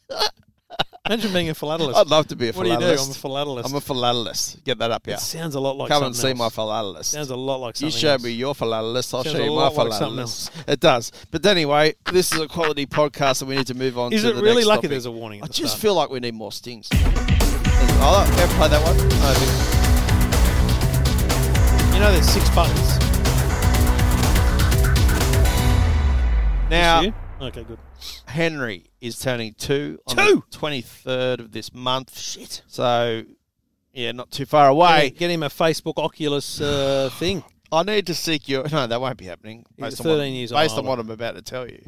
S3: Imagine being a philatelist.
S2: I'd love to be a
S3: what do you do? I'm a
S2: philatelist.
S3: philatelist.
S2: I'm a philatelist. Get that up here.
S3: It sounds a lot like
S2: Come and see
S3: something
S2: my
S3: else.
S2: philatelist.
S3: Sounds a lot like
S2: You
S3: something.
S2: show
S3: else.
S2: me your philatelist, I'll
S3: Sounds
S2: show
S3: a
S2: you my
S3: lot like something
S2: philatelist. It does. But anyway, this is a quality podcast and we need to move on
S3: Is
S2: to
S3: it
S2: the
S3: really
S2: next
S3: lucky
S2: topic.
S3: there's a warning? At
S2: I
S3: the
S2: just
S3: start?
S2: feel like we need more stings. Oh, ever play that one? No, I think-
S3: you know there's six buttons.
S2: Now,
S3: You? Okay, good.
S2: Henry is turning two on
S3: Two!
S2: the 23rd of this month. Shit. So, yeah, not too far away.
S3: Hey, get him a Facebook Oculus uh, thing.
S2: I need to seek your. No, that won't be happening.
S3: He's
S2: on what-
S3: 13 years
S2: based
S3: old.
S2: on what I'm about to tell you.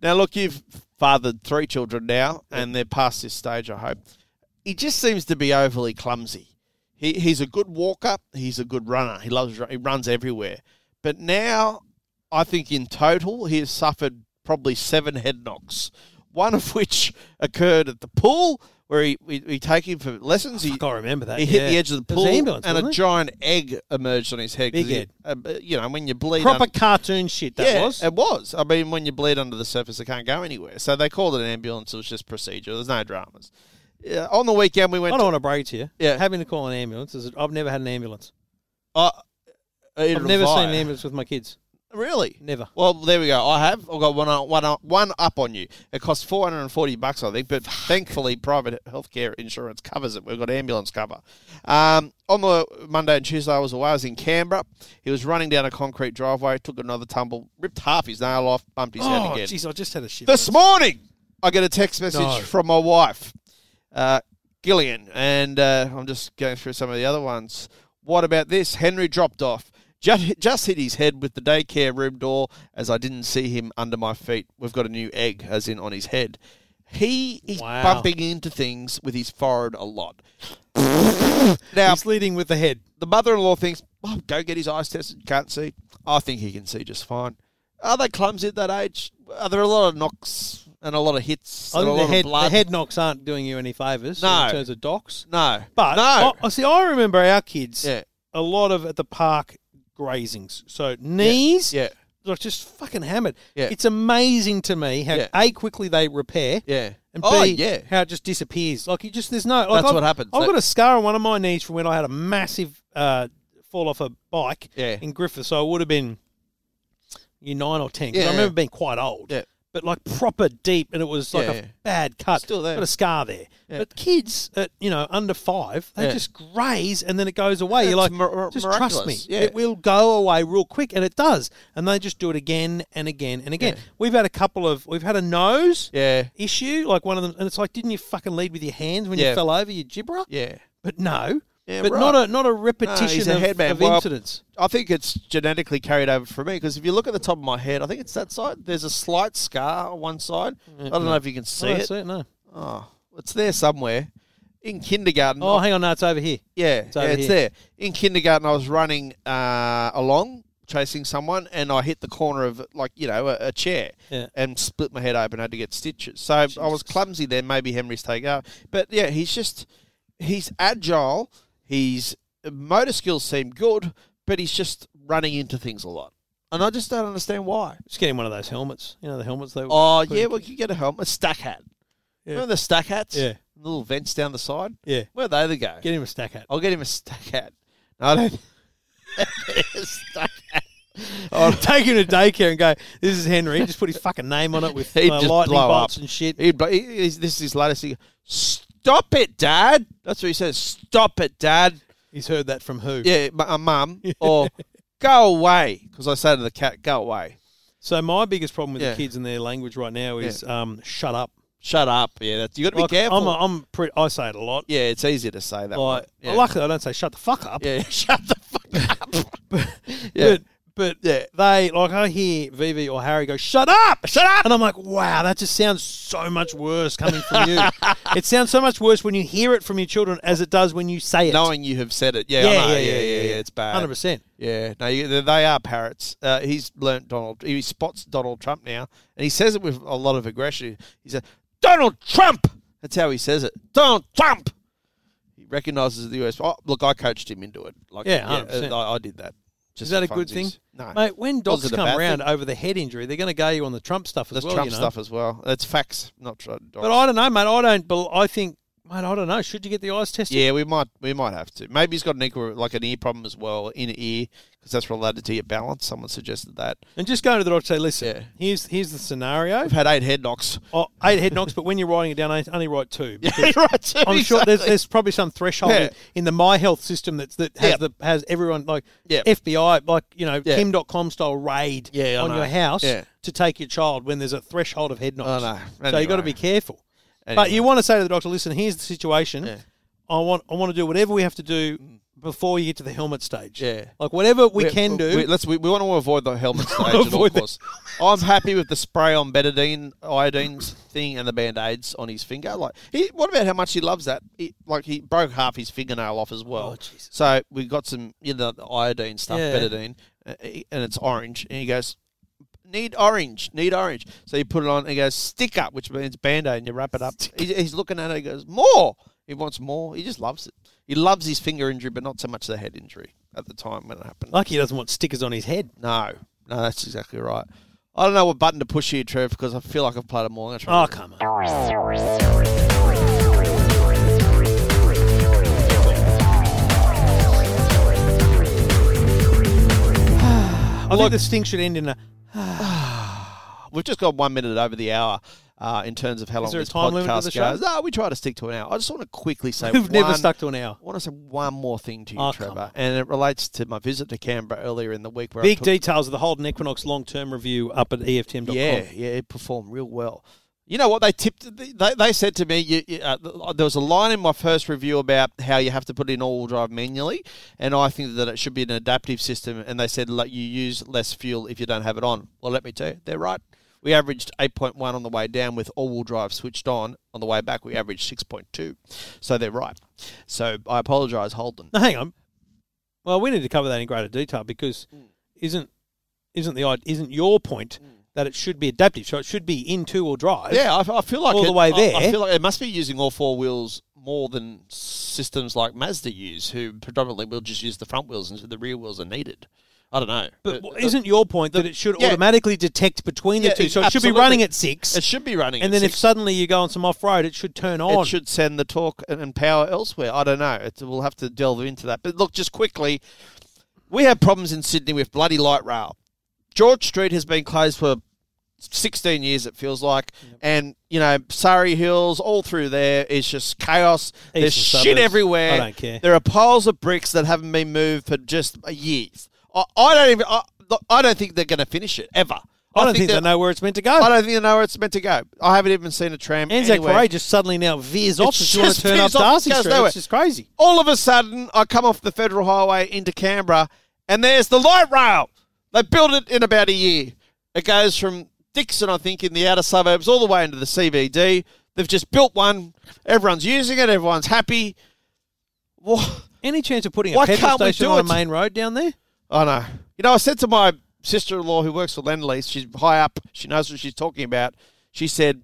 S2: Now, look, you've fathered three children now, and they're past this stage. I hope. He just seems to be overly clumsy. He he's a good walker. He's a good runner. He loves he runs everywhere. But now, I think in total, he has suffered probably seven head knocks. One of which occurred at the pool, where he we, we take him for lessons. He,
S3: I can't remember that.
S2: he hit
S3: yeah.
S2: the edge of the
S3: It was
S2: pool,
S3: an ambulance,
S2: and a
S3: wasn't it?
S2: giant egg emerged on his head. 'cause
S3: Big
S2: he-
S3: head.
S2: uh, but, you know, when you bleed,
S3: proper
S2: un-
S3: cartoon shit. That
S2: yeah,
S3: was.
S2: it was. I mean, when you bleed under the surface, it can't go anywhere. So they called it an ambulance. It was just procedure. There's no dramas. Yeah, on the weekend, we
S3: I
S2: went.
S3: don't
S2: To,
S3: want to break to you.
S2: Yeah.
S3: having to call an ambulance is. I've never had an ambulance.
S2: uh, it
S3: I've never
S2: was
S3: seen
S2: I.
S3: an ambulance with my kids.
S2: Really?
S3: Never.
S2: Well, there we go. I have. I've got one up- one up- one up on you. It costs four hundred and forty bucks, I think. But thankfully, private healthcare insurance covers it. We've got ambulance cover. Um, on the Monday and Tuesday, I was away. I was in Canberra. He was running down a concrete driveway, took another tumble, ripped half his nail off, bumped his head
S3: Oh,
S2: again.
S3: jeez, I just had a shit.
S2: This morning, I get a text message
S3: No.
S2: from my wife, uh, Gillian, and uh, I'm just going through some of the other ones. What about this? Henry dropped off. Just, just hit his head with the daycare room door as I didn't see him under my feet. We've got a new egg, as in on his head. He is
S3: Wow.
S2: bumping into things with his forehead a lot. now,
S3: He's leading with the head.
S2: the mother-in-law thinks, "Oh, go get his eyes tested. Can't see. I think he can see just fine." Are they clumsy at that age? Are there a lot of knocks and a lot of hits?
S3: I
S2: and a
S3: think
S2: lot
S3: Oh, the
S2: of
S3: head, the
S2: blood?
S3: head knocks aren't doing you any favours
S2: No.
S3: in terms of docs.
S2: No,
S3: But
S2: no.
S3: I, I see, I remember our kids
S2: yeah,
S3: a lot of at the park grazings. So knees,
S2: yeah,
S3: like just fucking hammered.
S2: Yeah.
S3: It's amazing to me how
S2: Yeah.
S3: a quickly they repair.
S2: yeah.
S3: And B,
S2: oh, yeah.
S3: how it just disappears. Like you just there's no. Like
S2: That's
S3: I've-
S2: what happens.
S3: I've
S2: They-
S3: got a scar on one of my knees from when I had a massive uh, fall off a bike
S2: Yeah.
S3: in Griffith. So I would have been year nine or ten. 'cause
S2: Yeah,
S3: I remember
S2: yeah.
S3: being quite old.
S2: Yeah.
S3: But like proper deep, and it was like
S2: Yeah,
S3: a
S2: yeah.
S3: bad cut.
S2: Still there.
S3: Got a scar there.
S2: Yeah.
S3: But kids, at you know under five, they
S2: Yeah.
S3: just graze and then it goes away. You're
S2: It's
S3: like,
S2: mir-
S3: just trust me,
S2: miraculous. Yeah.
S3: it will go away real quick, and it does. And they just do it again and again and again.
S2: Yeah.
S3: We've had a couple of, we've had a nose
S2: yeah,
S3: issue, like one of them, and it's like, didn't you fucking lead with your hands when
S2: Yeah.
S3: you fell over, you gibberer?
S2: yeah.
S3: But no,
S2: Yeah,
S3: but
S2: right.
S3: not a not a repetition
S2: a
S3: of,
S2: headman.
S3: of
S2: Well,
S3: incidents.
S2: I think it's genetically carried over from me because if you look at the top of my head, I think it's that side. There's a slight scar on one side. I don't know if you can see
S3: Mm-hmm. I don't
S2: it.
S3: see it, no.
S2: Oh, it's there somewhere. In kindergarten,
S3: Oh, hang on, no, it's over here.
S2: Yeah, yeah,
S3: over
S2: it's
S3: here.
S2: there. In kindergarten, I was running uh, along chasing someone, and I hit the corner of like you know a, a chair
S3: Yeah.
S2: and split my head open. had to get stitches. So I was clumsy there. Maybe Henry's take out, but yeah, he's just he's agile. His motor skills seem good, but he's just running into things a lot, and I just don't understand why.
S3: Just getting one of those helmets. You know the helmets they.
S2: Oh
S3: put
S2: yeah,
S3: in-
S2: well you get a helmet, a stack hat.
S3: Yeah.
S2: Remember the stack hats?
S3: Yeah.
S2: little vents down the side.
S3: yeah.
S2: Where they the go?
S3: Get him a stack hat.
S2: I'll get him a stack hat. No, I don't. stack hat. Oh,
S3: Take him to daycare and go. This is Henry. Just put his fucking name on it with
S2: He'd
S3: uh,
S2: just
S3: lightning
S2: blow
S3: bolts
S2: up.
S3: and shit.
S2: he, but he, he's- this is his latest thing. Stop it, Dad. That's what he says. Stop it, Dad.
S3: He's heard that from who?
S2: Yeah, m- uh, mum. Or go away. Because I say to the cat, go away.
S3: So my biggest problem with
S2: Yeah.
S3: the kids and their language right now is um, shut up.
S2: Shut up. Yeah, that's, you got to be
S3: Like,
S2: careful.
S3: I'm a, I'm pretty, I say it a lot.
S2: yeah, it's easier to say that.
S3: Like,
S2: one. yeah.
S3: luckily I don't say shut the fuck up.
S2: Yeah, shut the fuck up. yeah.
S3: But But
S2: Yeah.
S3: they like I hear Vivi or Harry go, "Shut up, shut up," and I'm like, "Wow, that just sounds so much worse coming from you." it sounds so much worse when you hear it from your children as it does when you say it.
S2: knowing you have said it. Yeah, I
S3: Yeah,
S2: know.
S3: yeah,
S2: yeah, yeah, yeah,
S3: yeah, yeah, yeah.
S2: It's bad.
S3: hundred percent.
S2: Yeah, no, you, they are parrots. Uh, he's learnt Donald. He spots Donald Trump now, and he says it with a lot of aggression. He says, "Donald Trump." That's how he says it. Donald Trump. He recognises the US. Oh, look, I coached him into it. Like, uh,
S3: Yeah, 100%.
S2: I, I did that. Just
S3: Is that a
S2: for
S3: good
S2: funsies.
S3: thing,
S2: No,
S3: mate? When docs
S2: Wasn't a
S3: come
S2: bad
S3: around
S2: thing.
S3: over the head injury, they're going to go you on the Trump stuff as
S2: that's
S3: well.
S2: Trump
S3: you know?
S2: stuff as well. That's facts, not tr-
S3: But I don't know, mate. I don't. bel I think, mate. I don't know. Should you get the eyes tested?
S2: Yeah, we might we might have to. Maybe he's got an equal, like an ear problem as well, inner ear, because that's related to your balance. Someone suggested that.
S3: And just go to the doctor. and Say, listen.
S2: Yeah.
S3: Here's here's the scenario.
S2: I've had eight head knocks.
S3: Oh, eight head knocks, but when you're writing it down, I only write two. because
S2: right, so
S3: I'm sure there's, there's probably some threshold
S2: Yeah.
S3: in the My Health system that's, that has
S2: Yeah.
S3: the has everyone like
S2: Yeah.
S3: FBI like you know
S2: Yeah.
S3: Kim.com style raid
S2: Yeah, I
S3: on
S2: know.
S3: your house
S2: Yeah.
S3: to take your child when there's a threshold of head knocks.
S2: I know.
S3: So you got to
S2: Anyway.
S3: be careful. But
S2: Anyway.
S3: you want to say to the doctor, listen, here's the situation.
S2: Yeah. Mm.
S3: I want I want to do whatever we have to do before you get to the helmet stage.
S2: Yeah.
S3: like whatever we, can do.
S2: We, let's we, we want to avoid the helmet stage at all
S3: Avoid the-
S2: costs. I'm happy with the spray on betadine, iodine thing, and the band aids on his finger. Like, he, what about how much he loves that? He, like, he broke half his fingernail off as well.
S3: Oh, Jesus.
S2: so we got some you know the iodine stuff,
S3: Yeah.
S2: betadine, uh, and it's orange. And he goes, "Need orange, need orange." So you put it on. and He goes, "Stick up," which means band aid, and you wrap it up. He, he's looking at it. He goes, "More." He wants more. He just loves it. He loves his finger injury, but not so much the head injury at the time when it happened.
S3: Lucky he doesn't want stickers on his head.
S2: No, no, that's exactly right. I don't know what button to push here, Trev, because I feel like I've played a more.
S3: Oh come on! I think this thing should end in a.
S2: We've just got one minute over the hour uh, in terms of how long
S3: there a
S2: this
S3: time limit to
S2: podcast
S3: the show?
S2: goes. No, we try to stick to an hour. I just want to quickly say
S3: We've never
S2: one-
S3: stuck to an hour.
S2: I want to say one more thing to you,
S3: Oh, come
S2: Trevor,
S3: on.
S2: and it relates to my visit to Canberra earlier in the week. Where I
S3: Big
S2: took-
S3: details of the Holden Equinox long-term review up at E EFTM.com.
S2: Yeah, yeah, it performed real well. You know what they tipped? They, they said to me, you, you, uh, there was a line in my first review about how you have to put in all-wheel drive manually, and I think that it should be an adaptive system. And they said like you use less fuel if you don't have it on. Well, let me tell you, they're right. We averaged 8.1 on the way down with all-wheel drive switched on. On the way back, we averaged 6.2. So they're right. So I apologise, Holden.
S3: Now, hang on. Well, we need to cover that in greater detail because isn't isn't the id- isn't your point that it should be adaptive? So it should be in two-wheel drive.
S2: Yeah, I, I feel like
S3: All
S2: it-
S3: the way
S2: I- I
S3: there.
S2: feel like it must be using all four wheels more than systems like Mazda use, who predominantly will just use the front wheels and the rear wheels are needed. I don't know,
S3: But isn't your point that it should
S2: yeah.
S3: automatically detect between the
S2: Yeah,
S3: two? So it should be
S2: absolutely.
S3: running at six,
S2: it should be running.
S3: and
S2: at
S3: then if
S2: six.
S3: suddenly you go on some off-road, it should turn on.
S2: it should send the torque and, and power elsewhere. I don't know. It, we'll have to delve into that. But look, just quickly, we have problems in Sydney with bloody light rail. George Street has been closed for 16 years, it feels like. And, you know, Surrey Hills, all through there, it's just chaos. There's
S3: Eastern
S2: shit
S3: suburbs.
S2: everywhere.
S3: I don't care.
S2: There are piles of bricks that haven't been moved for just years. I, I don't even, I, look, I don't think they're going to finish it ever.
S3: I don't think
S2: they're-
S3: they know where it's meant to go.
S2: I don't think they know where it's meant to go. I haven't even seen a tram.
S3: Anzac
S2: anywhere.
S3: Parade just suddenly now veers off as you want to
S2: just
S3: turn up
S2: veers off,
S3: Darcy
S2: goes
S3: Street.
S2: nowhere.
S3: It's just crazy.
S2: All of a sudden, I come off the federal highway into Canberra, and there's the light rail. They built it in about a year. It goes from Dixon, I think, in the outer suburbs all the way into the CBD. They've just built one. Everyone's using it. Everyone's happy. What?
S3: Any chance of putting a
S2: Why
S3: petrol
S2: can't we
S3: station
S2: do
S3: on a
S2: it?
S3: main road down there?
S2: I know. You know, I said to my sister-in-law who works for Lendlease, she's high up, she knows what she's talking about. She said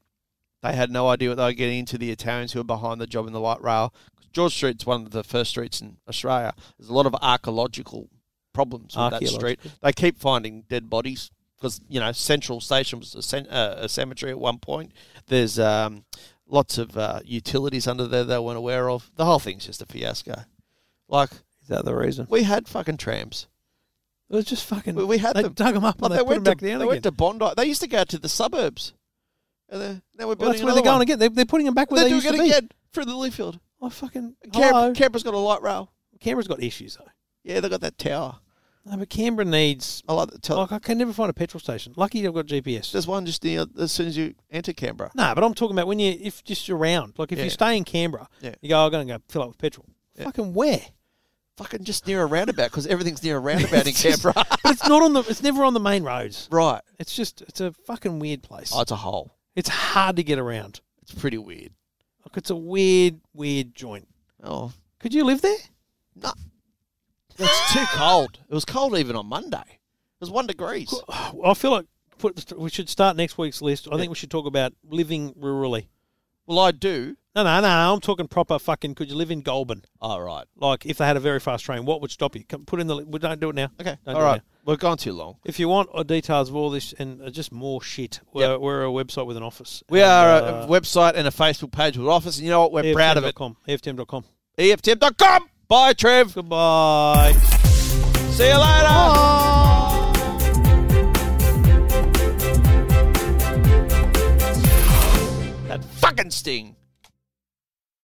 S2: they had no idea what they were getting into the Italians who were behind the job in the light rail. George Street's one of the first streets in Australia. There's a lot of archaeological problems with that street.
S3: Archaeological.
S2: They keep finding dead bodies because you know Central Station was a, cen- uh, a cemetery at one point. There's um, lots of uh, utilities under there they weren't aware of. The whole thing's just a fiasco. Like
S3: Is that the reason?
S2: we had fucking trams.
S3: It was just fucking.
S2: We, we had
S3: they
S2: them.
S3: dug them up
S2: Like,
S3: and they, put them
S2: went
S3: back
S2: to,
S3: down
S2: They
S3: again.
S2: went to Bondi. They used to go to the suburbs. And they're, now we're
S3: Well,
S2: building
S3: that's where they're going
S2: another
S3: again. They're, they're putting them back where
S2: one.
S3: they
S2: They're
S3: used to
S2: doing
S3: be.
S2: it again through the Learfield.
S3: Oh fucking.
S2: Canberra,
S3: hello.
S2: Canberra's got a light rail.
S3: Canberra's got issues though.
S2: Yeah, they've got that tower.
S3: No, but Canberra needs.
S2: I like the tower.
S3: Like I can never find a petrol station. Lucky I've got GPS.
S2: There's one just near as soon as you enter Canberra.
S3: No, but I'm talking about when you if just around. Like if
S2: Yeah.
S3: you stay in Canberra,
S2: Yeah.
S3: you go. I'm going to go fill up with petrol.
S2: Yeah.
S3: Fucking where?
S2: fucking just near a roundabout because everything's near a roundabout in Canberra.
S3: But it's not on the. It's never on the main roads.
S2: right.
S3: It's just. It's a fucking weird place.
S2: Oh, it's a hole.
S3: It's hard to get around.
S2: It's pretty weird.
S3: Like it's a weird, weird joint.
S2: Oh,
S3: Could you live there?
S2: no. It's too cold. It was cold even on Monday. It was one degrees.
S3: I feel like put, we should start next week's list. I think we should talk about living rurally.
S2: Well, I do.
S3: No, no, no. I'm talking proper fucking. Could you live in Goulburn?
S2: All right.
S3: Like if they had a very fast train, what would stop you? Come, put in the. li- We don't do it now.
S2: Okay. All
S3: Don't do it
S2: right.
S3: now.
S2: We've gone too long.
S3: If you want uh, details of all this and uh, just more shit, we're, we're a website with an office.
S2: We
S3: And,
S2: are
S3: uh, E
S2: a website and a Facebook page with office, and you know what? We're proud of E it.
S3: EFTM.com. EFTM.com.
S2: EFTM.com. Bye, Trev.
S3: Goodbye.
S2: See you later. That fucking sting.